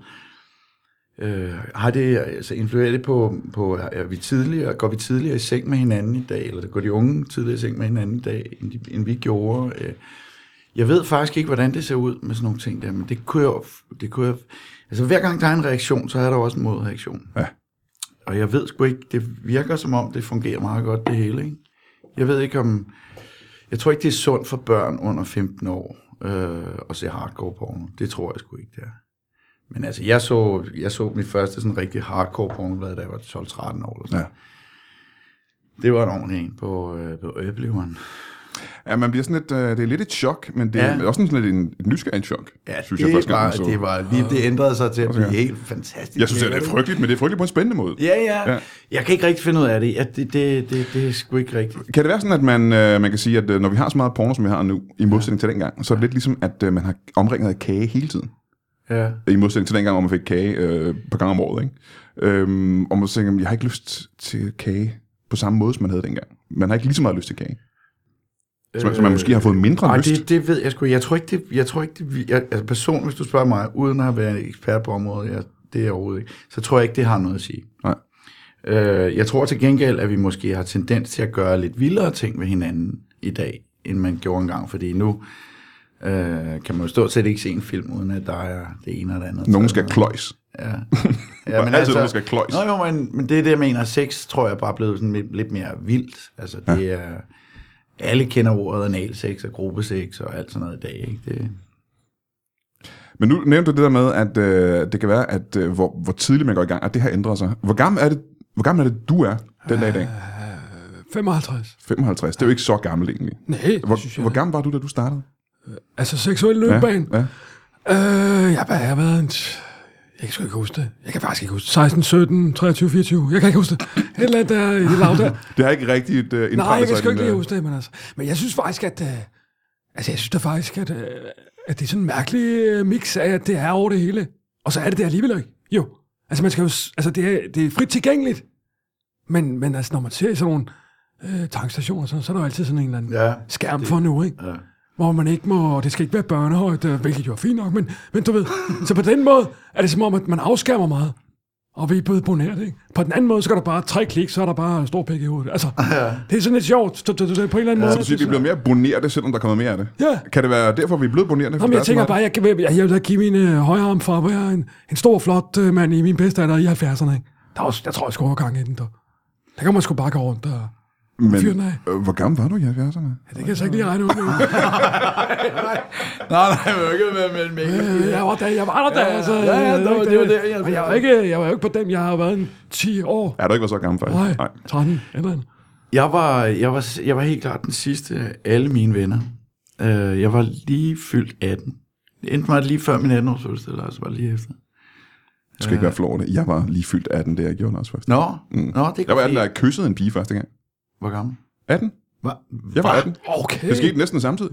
øh, har det, altså, influerer det på, på er vi tidligere, går vi tidligere i seng med hinanden i dag, eller går de unge tidligere i seng med hinanden i dag, end, de, end vi gjorde? Øh, jeg ved faktisk ikke, hvordan det ser ud med sådan nogle ting der, men det kunne jeg, det kunne jeg altså hver gang der er en reaktion, så er der også en modreaktion. Ja. Og jeg ved sgu ikke, det virker som om, det fungerer meget godt det hele, ikke? Jeg ved ikke om, jeg tror ikke, det er sundt for børn under 15 år øh, at se hardcore porno. Det tror jeg sgu ikke, det er. Men altså, jeg så, jeg så mit første sådan rigtig hardcore pornoblad, da jeg var 12-13 år. Eller sådan. Ja. Det var en ordentlig en på, øh, på Øbleveren. Ja, man bliver sådan lidt, øh, det er lidt et chok, men det er Ja. også sådan lidt en, et nysgerrigt chok, Ja, synes det, jeg første gang, var, jeg så. det var lige, det ændrede sig til at blive Okay. helt fantastisk. Jeg synes, det er lidt frygteligt, men det er frygteligt på en spændende måde. Ja, ja, Ja. ja. Jeg kan ikke rigtig finde ud af det. Ja, det, det, det, det er sgu ikke rigtigt. Kan det være sådan, at man, øh, man kan sige, at øh, når vi har så meget porno, som vi har nu, i modsætning til dengang, så er det lidt ligesom, at øh, man har omringet af kage hele tiden. Ja. I modsætning til dengang, hvor man fik kage øh, et par gange om året. Ikke? Øhm, og man tænker, jeg har ikke lyst til kage på samme måde, som man havde dengang. Man har ikke lige så meget lyst til kage. Så, øh, så man måske har fået mindre Nej, lyst. det, det ved jeg sgu. Jeg tror ikke, det, jeg tror ikke det, jeg, altså personligt, hvis du spørger mig, uden at være en ekspert på området, jeg, det er jeg overhovedet ikke, så tror jeg ikke, det har noget at sige. Nej. Øh, jeg tror til gengæld, at vi måske har tendens til at gøre lidt vildere ting ved hinanden i dag, end man gjorde engang, fordi nu øh, kan man jo stort set ikke se en film, uden at der er det ene og det andet. Nogen skal kløjs. Ja. altså- Der er altid nogen, der skal kløjes. Nå, jo, men, men det er det, jeg mener. Sex, tror jeg, bare er blevet sådan lidt, lidt mere vildt. Altså, det ja. er... Alle kender ordet analsex og gruppesex og alt sådan noget i dag, ikke? Det, Men nu nævnte du det der med, at øh, det kan være, at øh, hvor, hvor tidligt man går i gang, at det her ændrer sig. Hvor gammel er det, hvor gammel er det du er den dag i dag? Ah. 55. 55. Det er jo ikke så gammel egentlig. Nej, det synes Hvor, jeg. hvor gammel var du, da du startede? Altså seksuel løbebane. ja. Øh, jeg har bare- jeg har været en... t- Jeg kan sgu ikke huske det. Jeg kan faktisk ikke huske det. 16, 17, 23, 24. Jeg kan ikke huske det. Et eller andet der i det lav der. Det har ikke rigtigt øh, indpræget Nej, jeg kan sig i sgu den, ikke lige øh, huske det, men altså. Men jeg synes faktisk, at... Øh, altså, jeg synes da faktisk, at, øh, at det er sådan en mærkelig øh, mix af, at det er over det hele. Og så er det det alligevel ikke. Jo. Altså, man skal jo, s- altså det, er, det er frit tilgængeligt. Men, men altså, når man ser i sådan nogle øh, tankstationer, og sådan, så er der jo altid sådan en eller anden Ja, skærm for nu, ikke? ja. hvor man ikke må, det skal ikke være børnehøjt, øh, hvilket jo er fint nok, men, men du ved, så på den måde er det som om, at man afskærmer meget, og vi er blevet boneret, ikke? På den anden måde, så går der bare tre klik, så er der bare stor pik i hovedet. Altså, det er sådan lidt sjovt, du- du- du- du- på en eller anden Så måde. du siger, vi er blevet mere bonerte, selvom der er kommet mere af det? Ja. Kan det være derfor, vi er blevet bonerte? Jamen, jeg tænker bare, jeg, kan, jeg, jeg vil da give min øh, højre arm for, at jeg er en, en stor, flot øh, mand i min bedste alder i 70'erne, ikke? Der er også, jeg tror, jeg skulle have gang i den, der. Der kan man sgu bare gå rundt og... Men, fyren af. øh, hvor gammel var du i 70'erne? Ja, det kan jeg så ikke lige regne ud. men, Nej, nej, jeg ikke med, men Øh, jeg var der, jeg var der, altså. ja, ja, jeg ved det var- ikke det var der, jeg- Men jeg var ikke, jeg var jo ikke på dem, jeg har været en 10 år. Ja, du har ikke været så gammel faktisk. Nej, 13 eller andet. Jeg var, jeg, var, jeg var helt klart den sidste af alle mine venner. Øh, jeg var lige fyldt 18. Enten var det lige før min 18-års fødselsdag, eller også var det lige efter. Du skal ikke være flov over det. Jeg var lige fyldt 18, da jeg gjorde det også først. Nå, mm. nå det Jeg var 18, da der. jeg kyssede en pige første gang. Hvor gammel? 18? Hva? Jeg var 18. Okay. Det skete næsten samtidig.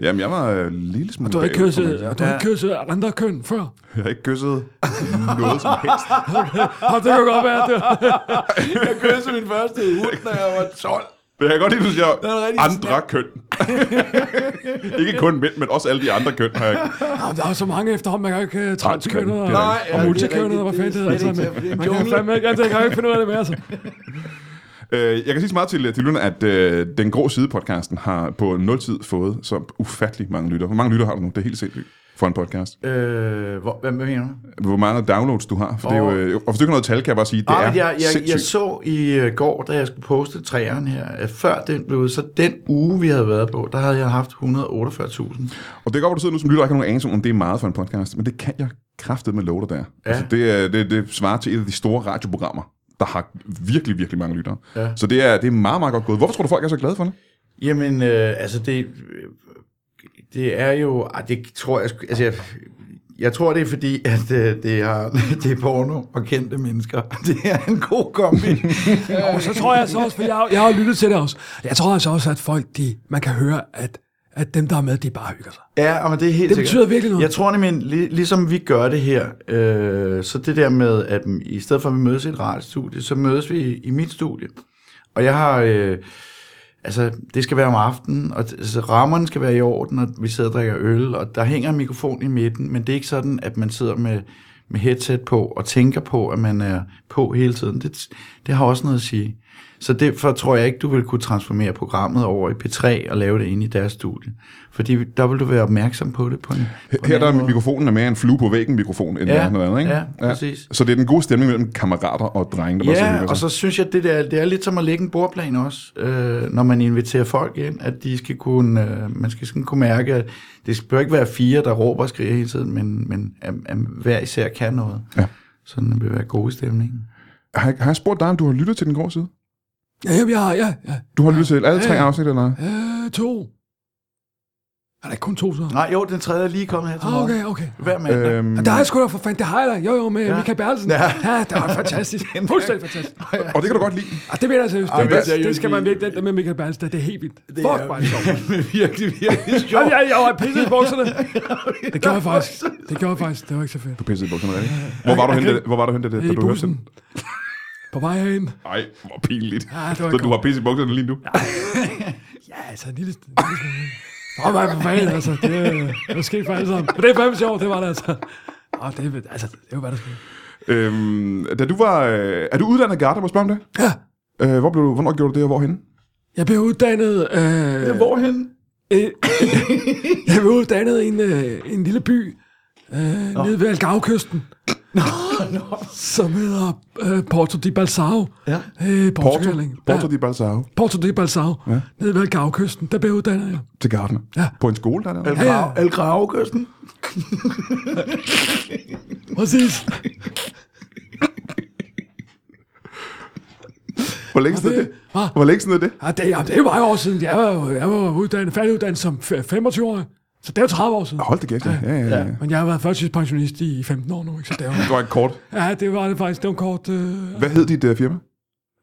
Jamen, jeg var øh, en lille smule Og du har ikke bagud, kysset, kan man sige. og du har ikke kysset andre køn før. Jeg har ikke kysset noget som helst. Og det kan godt være, det Jeg kyssede min første hund, da jeg var 12. Det kan jeg godt lide, du siger er rigtig andre køn. ikke kun mænd, men også alle de andre køn. Har jeg... Jamen, der er jo så mange efterhånden, man kan jo ikke øh, transkønnet og, det er Nej, ja, og det er multikønnet, rigtigt. og hvad fanden det Det er hedder. slet Altså, ikke til at- man det er kan jo jungle. fandme ikke, altså, jeg kan jo ikke finde ud af det mere, altså. Øh, jeg kan sige så meget til, til lytterne, at øh, Den Grå Side-podcasten har på nul tid fået så ufattelig mange lytter. Hvor mange lytter har du nu? Det er helt sindssygt for en podcast. Øh, hvor, hvad, hvad mener du? Hvor mange downloads du har. For det er jo, øh, og hvis du ikke har noget tal, kan jeg bare sige, det Det er er Ah, jeg, jeg, sindssygt. jeg så i øh, går, da jeg skulle poste træerne her, at før den blev ud, så den uge, vi havde været på, der havde jeg haft Og 148.000. det er godt, hvor du sidder nu som lytter og ikke har nogen anelse om, om det er meget for en podcast, men det kan jeg kraftedeme med love dig der. Ja. Altså, det, er- det, det svarer til et af de store radioprogrammer, der har virkelig, virkelig mange lyttere. Ja. Ja. Så det er, det er meget, meget godt gået. Hvorfor tror du, folk er så glade for det? Jamen, øh, altså det, øh, det er jo, ah, det tror jeg, sgu- altså jeg, Jeg tror, det er fordi, at øh, det, er, det er porno og kendte mennesker. Det er en god kombi. Og så tror jeg så også, for jeg, har- jeg har lyttet til det også, jeg tror altså også, at folk, de, man kan høre, at, at dem, der er med, de bare hygger sig. Ja, og men det er helt Det sikkert. betyder virkelig noget. Jeg tror nemlig, lig- ligesom vi gør det her, øh, så det der med, at mm, i stedet for at vi mødes i et radiostudie, så mødes vi i mit studie. Og jeg har, øh, altså det skal være om aftenen, og t- altså, rammerne skal være i orden, og vi sidder og drikker øl, og der hænger en mikrofon i midten, men det er ikke sådan, at man sidder med, med headset på og tænker på, at man er på hele tiden. Det, det har også noget at sige. Så derfor tror jeg ikke, du vil kunne transformere programmet over i P3 og lave det inde i deres studie. Fordi der vil du være opmærksom på det på en, på en Her der anden er måde. mikrofonen er mere en flue på væggen mikrofon, end Ja, ja, noget andet, ikke? ja, præcis. Så det er den gode stemning mellem kammerater og drenge, der bare sidder Ja, hygger og sig. så synes jeg, det, der, det er lidt som at lægge en bordplan også, øh, når man inviterer folk ind, at de skal kunne, øh, man skal sådan kunne mærke, at det bør ikke være fire, der råber og skriger hele tiden, men, men at, at hver især kan noget. Ja. Sådan at det vil være god i stemningen. Har, jeg- har jeg spurgt dig, om du har lyttet til den grå side? Ja, jamen, jeg har, ja, ja. Du har lyttet til alle tre Ja, ja. afsnit, eller? Øh, to. Er der ikke kun to, så? Nej, jo, den tredje er lige kommet her til Ah, morgen. okay, okay. Hver mandag. Øhm, Og der er jeg sgu da for fanden, det har jeg da. Jo, jo, med Ja. ja. Michael Berlsen. Ja. Ja. ja, det var fantastisk. Fuldstændig fantastisk. og det kan du godt lide. Ah, det mener jeg seriøst. det Det, vil jeg det, det seriøst skal man lige- virkelig, det der med Michael Berlsen, det er helt vildt. Det Fuck, er hvor er det sjovt. virkelig, virkelig sjovt. Jeg, jeg, jeg var pisset i bukserne. Det gjorde jeg faktisk. Det gjorde jeg faktisk. Det var ikke så fedt. Du pissede i bukserne, er det ikke? Hvor var du henne, da- hvor var du henne, da, da I du hørte bussen. den? På vej herind. Ej, hvor pinligt. Ja, det var Så ikke du har pisset i bukserne lige nu? Ja, altså en lille... en lille smule. Åh, hvad for fanden, altså. Det, øh, det var sket for alle sammen. Men det er fandme sjovt, det var det altså. Åh, det, er- altså, det var hvad der skete. Øhm, da du var... Øh, er du uddannet garder, må jeg spørge om det? Ja, Øh, hvor blev du, hvornår gjorde du det, og hvorhenne? jeg blev uddannet... Øh, Hvorhen? Øh, jeg blev uddannet i en, øh, en lille by øh, nede ved Algarvekysten, Nå. som hedder øh, Porto de Balsao. Ja. Øh, Porto, Portugal, ikke? Porto ja. de Balsao Porto de Balsao, ja. nede ved Algarvekysten. Der blev jeg uddannet, ja. til Gardner. Ja. På en skole, der er der. Ja, Grav, El Gravegøsten. Præcis. Hvor længe siden er det? Hva? Hvor længe siden er det? Ja, det, ja, det er mange år siden. Jeg var, jo- jeg var uddannet, færdiguddannet som 25-årig. Så det er jo 30 år siden. Hold det kæft, ja. ja, ja, ja. Men jeg har været førtidspensionist i 15 år nu, ikke? Så det er jo... Det var en kort. Ja, det var det faktisk. Det var en kort... Øh, Hvad hed dit uh, firma?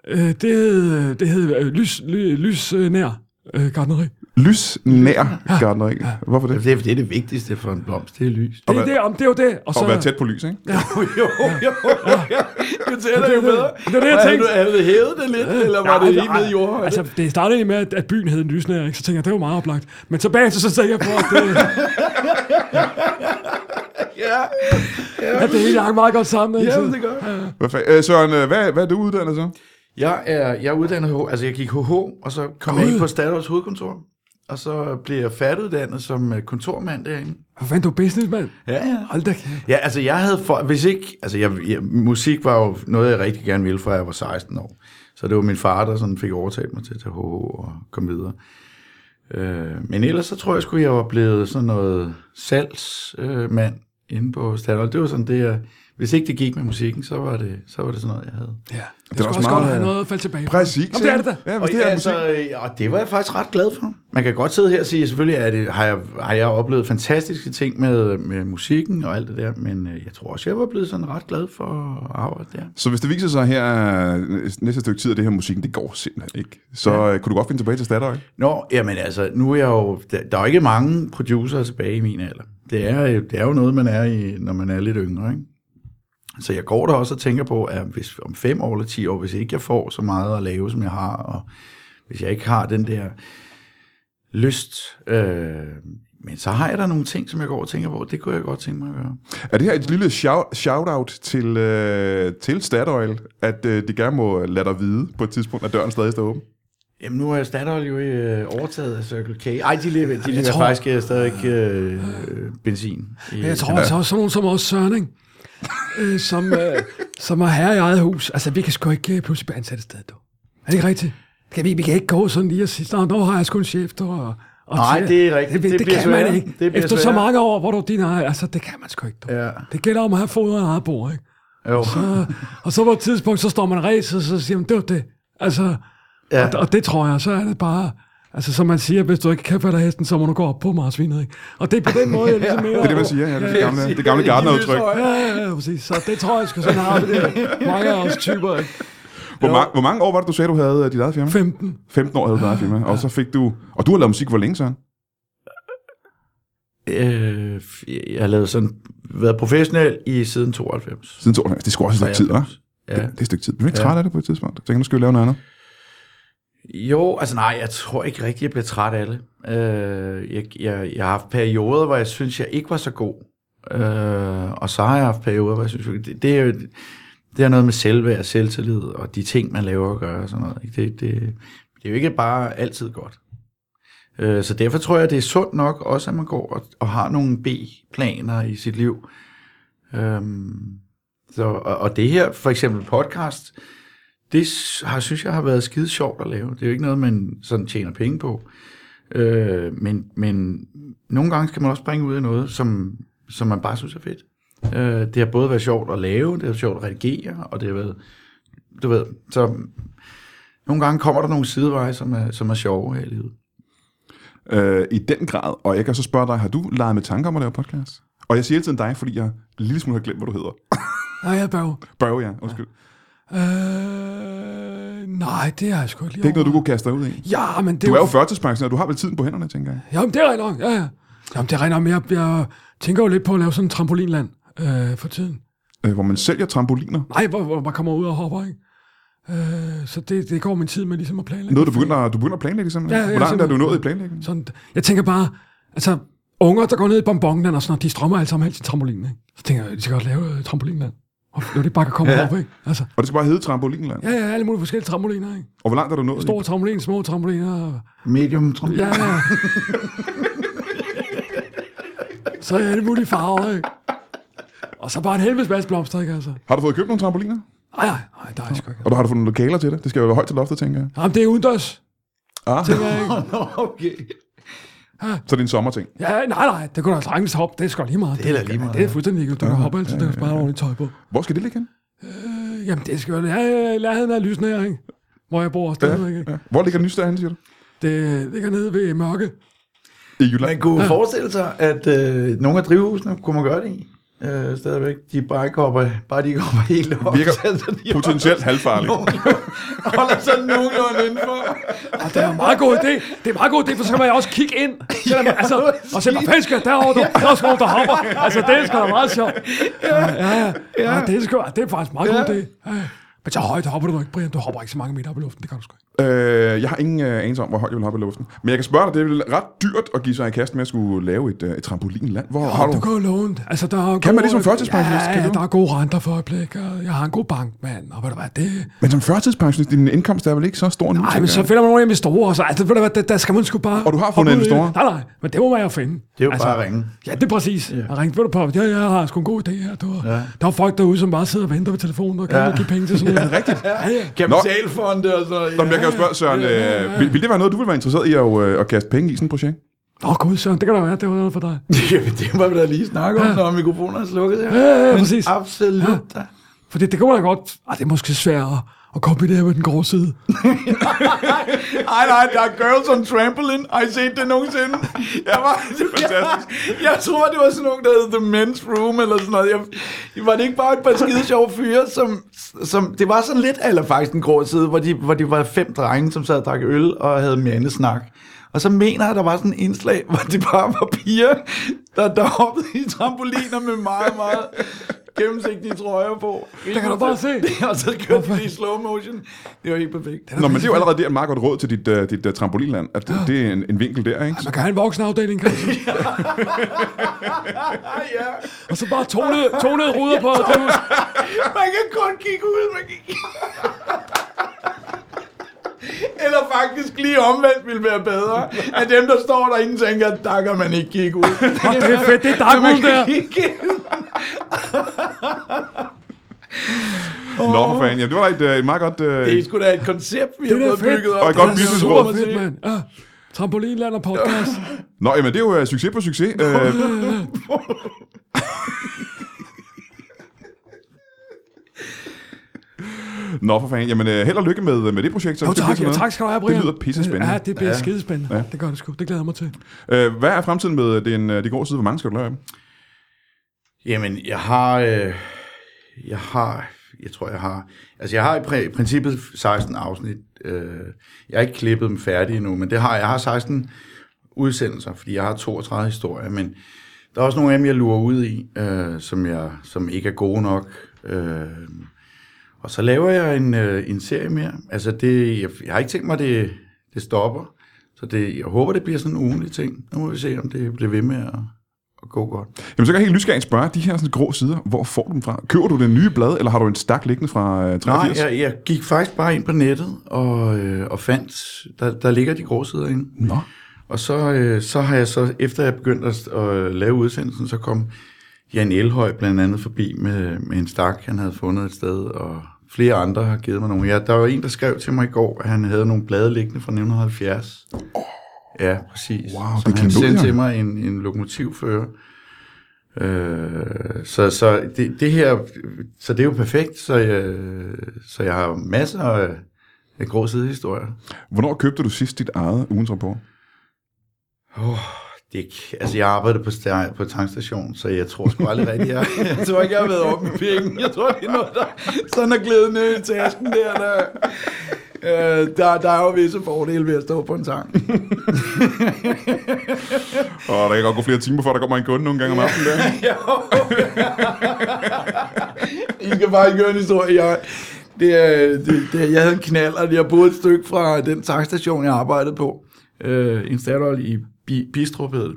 øh, det hed, øh, det hed øh, lys, ly, lys øh, nær øh, gardneri. Lys nær Gardner, ikke? Hvorfor det? Det er, det er det vigtigste for en blomst, det er lys. Det er, det, om, det er jo det. Og så, At være tæt på lys, ikke? Jo, jo, jo. Jo tæller jo det- bedre. det var det, jeg Havde tænkte. du- Havde du hævet det lidt, eller var det lige nede i jordhøjde? Altså, det startede egentlig med, at, at byen hed en lysnær, ikke? så tænkte jeg, det var meget oplagt. Men så bagefter, så tænkte jeg på, at øh, det, ja, at det hele hang meget godt sammen. Ikke? jamen, Så- det gør jeg. Hvad fa- øh, Søren, øh, hvad, hvad er du uddannet så? Jeg er, jeg er uddannet H, altså jeg gik HH, og så kom jeg ind på Statoils hovedkontor. Og så blev jeg færdiguddannet som øh, kontormand derinde. Hvor fanden, du er businessmand? Ja, ja. Hold da kæft. Ja, altså jeg havde for, hvis ikke, altså jeg, jeg, musik var jo noget, jeg rigtig gerne ville, fra jeg var 16 år. Så det var min far, der sådan fik overtalt mig til at tage HH og komme videre. Øh, men ellers så tror jeg sgu, jeg var blevet sådan noget salgsmand øh, mand inde på Statoil. Det var sådan det, jeg, hvis ikke det gik med musikken, så var det, så var det sådan noget, jeg havde. Ja. Det, Det er er også også meget- godt at have noget at falde tilbage på. Præcis. Jamen, det er det da. Ja, Og, hvis det det er musik. altså, øh, og det var jeg faktisk ret glad for. Man kan godt sidde her og sige, at selvfølgelig er det, har, jeg, har jeg oplevet fantastiske ting med, med musikken og alt det der, men øh, jeg tror også, jeg var blevet sådan ret glad for at arbejde der. Så hvis det viser sig her øh, næste stykke tid, at det her musikken, det går simpelthen ikke, så ja. kunne du godt finde tilbage til Statoil? Nå, jamen altså, nu er jeg jo, der, der er jo ikke mange producer tilbage i min alder. Det er, jo- det er jo noget, man er i, når man er lidt yngre, ikke? Så jeg går der også og tænker på, at hvis, om fem år eller ti år, hvis ikke jeg får så meget at lave, som jeg har, og hvis jeg ikke har den der lyst, øh, men så har jeg der nogle ting, som jeg går og tænker på, det kunne jeg godt tænke mig at gøre. Er det her et lille shout- shout-out til, øh, til Statoil, at øh, de gerne må lade dig vide på et tidspunkt, at døren stadig står åben? Jamen nu er Statoil jo øh, overtaget af Circle K. Ej, de lever, de lever tror- tror... faktisk øh, stadig øh, øh, benzin. i- Men jeg tror altså også sådan nogen som også Søren, ikke? Øh, som, øh, som er herre i eget hus. Altså, vi kan sgu ikke øh, pludselig blive ansat et sted, du. Er det ikke rigtigt? Kan vi, vi kan ikke gå sådan lige og sige, "Nå, nu har jeg sgu en chef, du. Og, og Nej, til- det er rigtigt. Det, det, Det det bliver kan sværere. sværere. man ikke. Det bliver Efter så sværere. mange år, hvor du er din ejer, altså, det kan man sgu ikke, du. Ja. Det gælder om at have fodret i eget bord, ikke? Jo. Og, og så på et tidspunkt, så står man ræset, og så siger man, det var det. Altså, Ja. ja. og, og det tror jeg, så er det bare, Altså, som man siger, hvis du ikke kan falde af hesten, så må du gå op på marsvinet, ikke? Og det er på den måde, jeg ligesom mere... Det er det, man siger, ja, det, er det gamle, det gamle gardnerudtryk. Ja, ja, ja, præcis. Så det tror jeg sgu sådan har vi det. Mange af os typer, ikke? Hvor, ma- hvor mange år var det, du sagde, du havde øh, dit eget firma? 15. 15 år havde du dit eget firma, og så fik du... Og du har lavet musik hvor længe, Søren? Øh, jeg har lavet sådan, været professionel i siden 92. Siden 92. Det er sgu også et stykke tid, hva'? Ja. Ja. Det, det er et stykke tid. Du er ikke træt af det på et tidspunkt? Jeg tænker, nu skal vi lave noget andet. Jo, altså nej, jeg tror ikke rigtigt, jeg bliver træt af det. Øh, jeg, jeg, jeg har haft perioder, hvor jeg synes, jeg ikke var så god. Øh, og så har jeg haft perioder, hvor jeg synes, det, det er jo... Det er noget med selvværd og selvtillid, og de ting, man laver og gør og sådan noget. Ikke? Det, det, det er jo ikke bare altid godt. Øh, så derfor tror jeg, det er sundt nok også, at man går og, og har nogle B-planer i sit liv. Øhm, så, og, og det her, for eksempel podcast, det s- har, synes jeg har været skide sjovt at lave. Det er jo ikke noget, man sådan tjener penge på. Øh, men, men nogle gange skal man også springe ud af noget, som, som man bare synes er fedt. Øh, det har både været sjovt at lave, det har været sjovt at redigere, og det har været, du ved, så nogle gange kommer der nogle sideveje, som er, som er sjove her i livet. Øh, I den grad. Og jeg kan så spørge dig, har du leget med tanker om at lave podcast? Og jeg siger hele tiden dig, fordi jeg en lille smule har glemt, hvad du hedder. Nej, jeg bør. Børge, ja. Undskyld. Ja. Øh, nej, det har jeg sgu ikke Det er ikke noget, du kunne kaste dig ud i. Ja, men det Du er jo førtidspensioneret, du har vel tiden på hænderne, tænker jeg. Jamen, det er rigtigt nok, ja, ja. Jamen, det er rigtigt nok, men jeg, jeg tænker jo lidt på at lave sådan en trampolinland øh, for tiden. Øh, hvor man sælger trampoliner. Nej, hvor, hvor man kommer ud og hopper, ikke? Øh, så det, det går min tid med ligesom at planlægge. Noget, du begynder, at- du begynder at planlægge, simpelthen. Ja, Ja, ja, hvor langt er du simpelthen. nået i planlægningen? Sådan, jeg tænker bare, altså, unger, der går ned i bonbonland og sådan noget, de strømmer alle sammen helt til trampolinen, ikke? Så tænker jeg, de skal godt lave øh, trampolinland. Og når det bare kan komme ja. op, ikke? Altså, Og det skal bare hedde trampolinland. Ja. ja, ja, alle mulige forskellige trampoliner, ikke? Og hvor langt er du nået i? Store trampoliner, små trampoliner, Medium, tror jeg. ja, ja. så er alle mulige farver, ikke? Og så bare en helvedes masse blomster, ikke altså? Har du fået købt nogle trampoliner? Ej, nej, nej, der er sgu ikke. Og du har du fundet lokaler til det? Det skal jo være højt til loftet, tænker jeg. Jamen, det er udendørs, Ah, tænker jeg, ikke? Nå, okay. så det er en sommerting. Ja, nej, nej, det kunne da sagtens hoppe, det er sgu lige meget. Det er da lige meget. Det er fuldstændig ikke, du kan hoppe altid, du kan bare have ordentligt tøj på. Hvor skal det ligge hen? Øh, Jamen, det skal jo være lærheden af lysen her, ikke? Hvor jeg bor stadigvæk, ikke? Ja. Hvor ligger den nyeste hen, siger du? Det ligger nede ved Mørke. I Jylland. Man kunne forestille sig, at øh, nogle af drivhusene kunne man gøre det i. Øh, stadigvæk. De bare ikke hopper, bare de ikke hopper helt op. Virker altså, de Potentielt halvfarligt. holder- holder sådan nogenlunde indenfor. Og det er en meget god idé. Det er en meget god idé, for så kan man jo også kigge ind. Selvom, altså, og se, hvad fanden sker derovre, du? Der er også nogen, der hopper. Altså, det er sgu da meget sjovt. Ja, ja, ja. ja det, er sgu, det er faktisk en meget god Ja. idé. Ja. Men så højt hopper du ikke, Brian. Du hopper ikke så mange meter op i luften, det kan du sgu ikke. Øh, jeg har ingen øh, anelse om, hvor højt jeg vil hoppe i luften. Men jeg kan spørge dig, det er vel ret dyrt at give sig i kast med at skulle lave et, øh, et trampolinland. Hvor har du? Du kan jo låne det. altså, der er Kan man gode- ligesom førtidspensionist? Ja, Kan ja, du? der er gode renter for øjeblik, og jeg har en god bankmand, og ved du hvad, det, Men som førtidspensionist, din indkomst er vel ikke så stor nu? Nej, men tænker så jeg. finder man nogle investorer, og så, altså, ved du hvad, der, der skal man sgu bare... Og du har fundet hoppe ud i det. investorer? Nej, nej, men det må man jo finde. Altså, Det er jo bare at ringe. Ja, det er præcis. Ja. Jeg ringte, ved du på, ja, jeg har sgu en god idé her. Du, ja. Der er folk derude, som bare sidder og venter på telefonen, og kan ja. give penge til sådan noget. Ja, rigtigt. Ja, ja. Kapitalfonde og sådan Nå, men jeg kan jo spørge, Søren, øh, vil, vil det være noget, du ville være interesseret i at, øh, at kaste penge i sådan et projekt? Åh, gud, Søren, det kan da være, det var noget for dig. Jamen, det var vi da lige snakke om, når mikrofonen er slukket. Ja, ja, præcis. Ah. Absolut. da. For det, det kunne man da godt... Ej, det er måske sværere at kombinere med den grove side. Ej, nej, der er girls on trampoline. Har I set det nogensinde? Jeg var... fantastisk. Jeg, jeg tror, det var sådan nogen, der hed The Men's Room eller sådan noget. Jeg, var det ikke bare et par skide sjove fyre, som, som... Det var sådan lidt, eller faktisk den grå side, hvor de, hvor de var fem drenge, som sad og drak øl og havde mandesnak. Og så mener jeg, at der var sådan en indslag, hvor det bare var piger, der, der hoppede i trampoliner med meget, meget gennemsigtige trøjer på. Det kan du bare se. Og så kørte de i slow motion. Det var helt perfekt. Nå, men det er jo allerede der et meget godt råd til dit, uh, dit uh, trampolinland, at det, det er en, en vinkel der, ikke? Man kan have en voksenafdeling, kan man sige. Ah, ja. Og så bare tonede, tonede ruder på. Det er jo- Man kan kun kigge ud, man kan kigge... Eller faktisk lige omvendt vil være bedre, at dem, der står derinde, tænker, at der kan man ikke kigge ud. det er fedt, det er dig, man kan der. kigge ind. Nå, for fanden. Ja, det var da et, uh, et meget godt... Uh, Det er sgu da et koncept, vi har da fået fedt. bygget op. Og et godt Det er Det er business super råd. super fedt, mand. Ja. Trampolinland og podcast. Nå, jamen det er jo uh, succes på succes. Uh, Nå for fanden, jamen øh, held og lykke med, med det projekt. Så Jo, hvis det tak, bliver ja, til tak noget. skal du have, Brian. Øh, Det lyder pissespændende. Ja, det bliver Ja. ja. skidespændende. Ja. Ja. Det gør det sgu. Det glæder jeg mig til. Øh, hvad er fremtiden med din, øh, de grå side? Hvor mange skal du lave af dem? Jamen, jeg har, øh, jeg har, jeg tror, jeg har, altså jeg har i pri- princippet 16 afsnit. Øh, jeg har ikke klippet dem færdige endnu, men det har jeg. Jeg har 16 udsendelser, fordi jeg har 32 historier, men der er også nogle af dem, jeg lurer ud i, øh, som, jeg, som ikke er gode nok. Øh, og så laver jeg en, øh, en serie mere. Altså, det, jeg, jeg har ikke tænkt mig, det, det stopper. Så det, jeg håber, det bliver sådan en ugenlig ting. Nu må vi se, om det bliver ved med at, at gå godt. Jamen, så kan jeg helt nysgerrigt spørge, de her sådan, grå sider, hvor får du dem fra? Køber du det nye blad, eller har du en stak liggende fra øh, 83? Nej, jeg, jeg gik faktisk bare ind på nettet og, øh, og fandt, der, der ligger de grå sider inde. Nå. Og så, øh, så har jeg så, efter jeg begyndte at, at lave udsendelsen, så kom Jan Elhøj blandt andet forbi med, med en stak, han havde fundet et sted, og flere andre har givet mig nogle. Ja, der var en, der skrev til mig i går, at han havde nogle blade liggende fra 1970. Ja, præcis. Wow, Som det er klenodier. han sendte til mig en, en lokomotivfører. Øh, så, så, det, det her, så det er jo perfekt, så jeg, så jeg har masser af, af grå sidehistorier. Hvornår købte du sidst dit eget ugens rapport? Det er ikke, altså, jeg arbejdede på, sta- på tankstation, så jeg tror sgu aldrig rigtigt, jeg, jeg tror ikke, jeg har været oppe med penge. Jeg tror, det er noget, der sådan er glædet ned i tasken der. der. Øh, der, der er jo visse fordele ved at stå på en tank. Og der kan godt gå flere timer, før der kommer en kunde nogle gange om aftenen. Der. I skal bare ikke høre en historie. Jeg, det, er- det, det, jeg havde en knald, og jeg boede et stykke fra den tankstation, jeg arbejdede på. Øh, en Statoil i Bi- Bistrup hed det.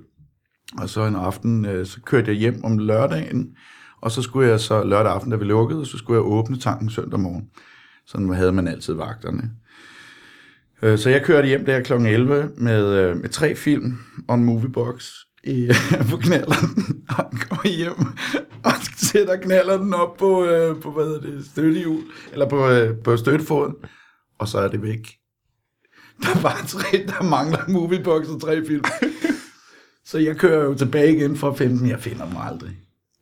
Og så en aften, øh, så kørte jeg hjem om lørdagen, og så skulle jeg så lørdag aften, da vi lukkede, så skulle jeg åbne tanken søndag morgen. Sådan havde man altid vagterne. Øh, Så jeg kørte hjem der kl. 11 med, øh, med tre film og en moviebox i, på knalleren. Og går hjem og sætter knalleren op på, øh, på hvad hedder det, støttehjul, eller på, øh, på støttefoden, og så er det væk. Der var tre, der mangler moviebox og tre film. Så jeg kører jo tilbage igen for at finde dem. Jeg finder dem aldrig.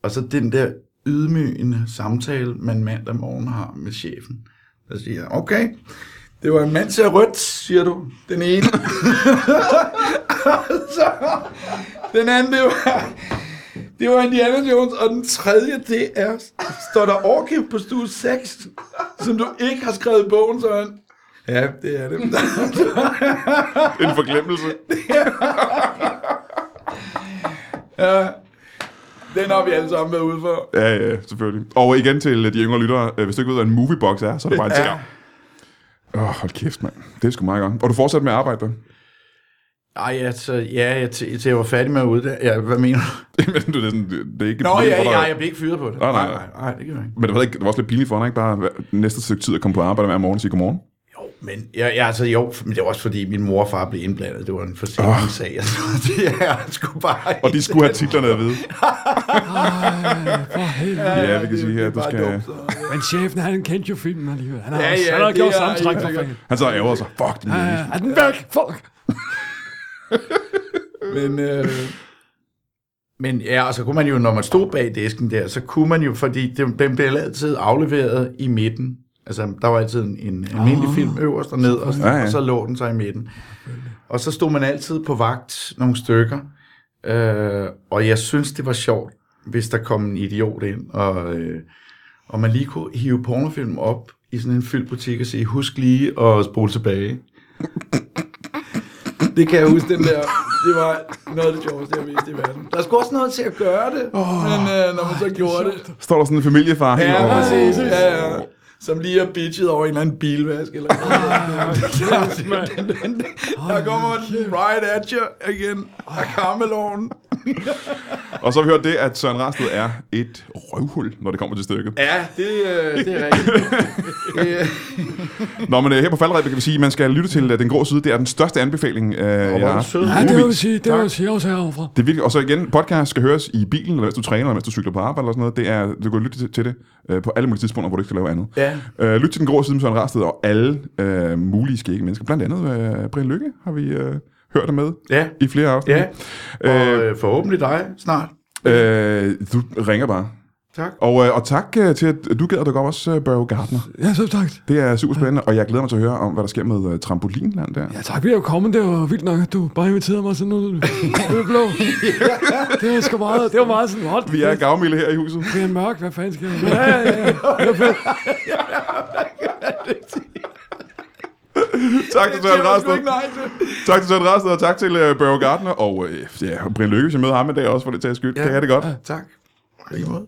Og så den der ydmygende samtale, man mandag morgen har med chefen. Der siger, jeg, okay, det var en mand til rødt, siger du. Den ene. så, den anden, det var, det var Indiana Jones. Og den tredje, det er, står der overgift på stue 6, som du ikke har skrevet i bogen, Søren. Ja, det er det. En forglemmelse. ja. Den har vi alle sammen været ude for. Ja, ja, selvfølgelig. Og igen til de yngre lyttere, øh, hvis du ikke ved, hvad en moviebox er, så er det bare en skærm. Åh, oh, hold kæft, mand. Det er sgu meget godt. Og du fortsætter med at arbejde, der. Ej, altså, ja, jeg, til, til jeg var færdig med at uddanne. Ja, hvad mener du? Men du, det, er sådan, det, det er ikke et Nå, problem ja, for dig. ja, jeg blev ikke fyret på det. Nej, nej, nej. nej, nej, det kan jeg ikke. Men det var, ikke, det var også lidt pinligt for dig, ikke? Bare hver- næste stykke tid at komme på arbejde hver morgen og sige godmorgen. Jo, men, ja, ja, altså, jo, men det var også fordi, min mor og far blev indblandet. Det var en forsikringssag. Oh. Altså, det er sgu bare... Ah. Og de skulle have titlerne at vide. Ej, for helvede. Ja, vi kan sige her, det er at du bare skal... dumt, så. Men chefen, han kendte jo filmen alligevel. Han har, Ja, ja, ja, ja, han har det gjort er samme træk for helt fanden. Han så ærger sig. Fuck, din Ja, ja, ja, Er den væk? Fuck! Men, øh, men ja, og så kunne man jo, når man stod bag disken der, så kunne man jo, fordi dem, dem blev altid afleveret i midten. Altså, der var altid en, en almindelig oh, film øverst og nederst, Ja, ja, ja. ja. og så lå den så i midten. Og så stod man altid på vagt nogle stykker, øh, og jeg synes, det var sjovt, hvis der kom en idiot ind, og, øh, og man lige kunne hive pornofilm op i sådan en fyldt butik og sige, husk lige at spole tilbage. Det kan jeg huske, den der. Det var noget af det sjoveste, jeg vidste i verden. Der skulle også noget til at gøre det, oh, men øh, når man så gjorde det. Står der sådan en familiefar helt Ja, over? præcis. Ja, ja. Som lige er bitchet over en eller anden bilvask. Eller noget. Der kommer den right at you igen. Og karmeloven. Og så har vi hørt det, at Søren Rasted er et røvhul, når det kommer til stykket. Ja, det, øh, det er rigtigt. Øh, Nå, men øh, her på Faldrebet kan vi sige, at man skal lytte til øh, Den Grå Side. Det er den største anbefaling, øh, jeg har hvor er du haft. sød. i Ja, det vil ugevis. jeg sige, det vil jeg sige også herovre. Det er virkelig, og så igen, podcast skal høres i bilen, eller hvis du træner, eller mens du cykler på arbejde, eller sådan noget. Det er, du kan lytte til, til det øh, på alle mulige tidspunkter, hvor du ikke skal lave andet. Ja. Øh, lyt til Den Grå Side med Søren Rasted og alle øh, mulige skægge mennesker. Blandt andet øh, Brian Lykke har vi øh, hørt dig med Ja. i flere afsnit. ja, og øh, forhåbentlig dig snart. Øh, du ringer bare. Tak. Og, øh, og tak øh, til, at du gad at dukke op også, øh, Børge Gardner. Ja, så tak. Det er super spændende, og jeg glæder mig til at høre om, hvad der sker med øh, trampolinland der. Ja, tak fordi jeg kunne komme. Det var vildt nok, at du bare inviterede mig sådan noget. Det blå. Det var sgu meget, det var meget sådan, hold Vi er gavmilde her i huset. Det er mørk, hvad fanden skal jeg? Ja, ja, ja. Det var fedt. tak til Søren Rasted. Tak til Søren Rasted, og tak til øh, Børge Gardner. Og øh, ja, Brian Lykke, hvis jeg møder ham i dag også, for det tager skyld. Ja. Kan jeg have det godt? Tak. På lige måde.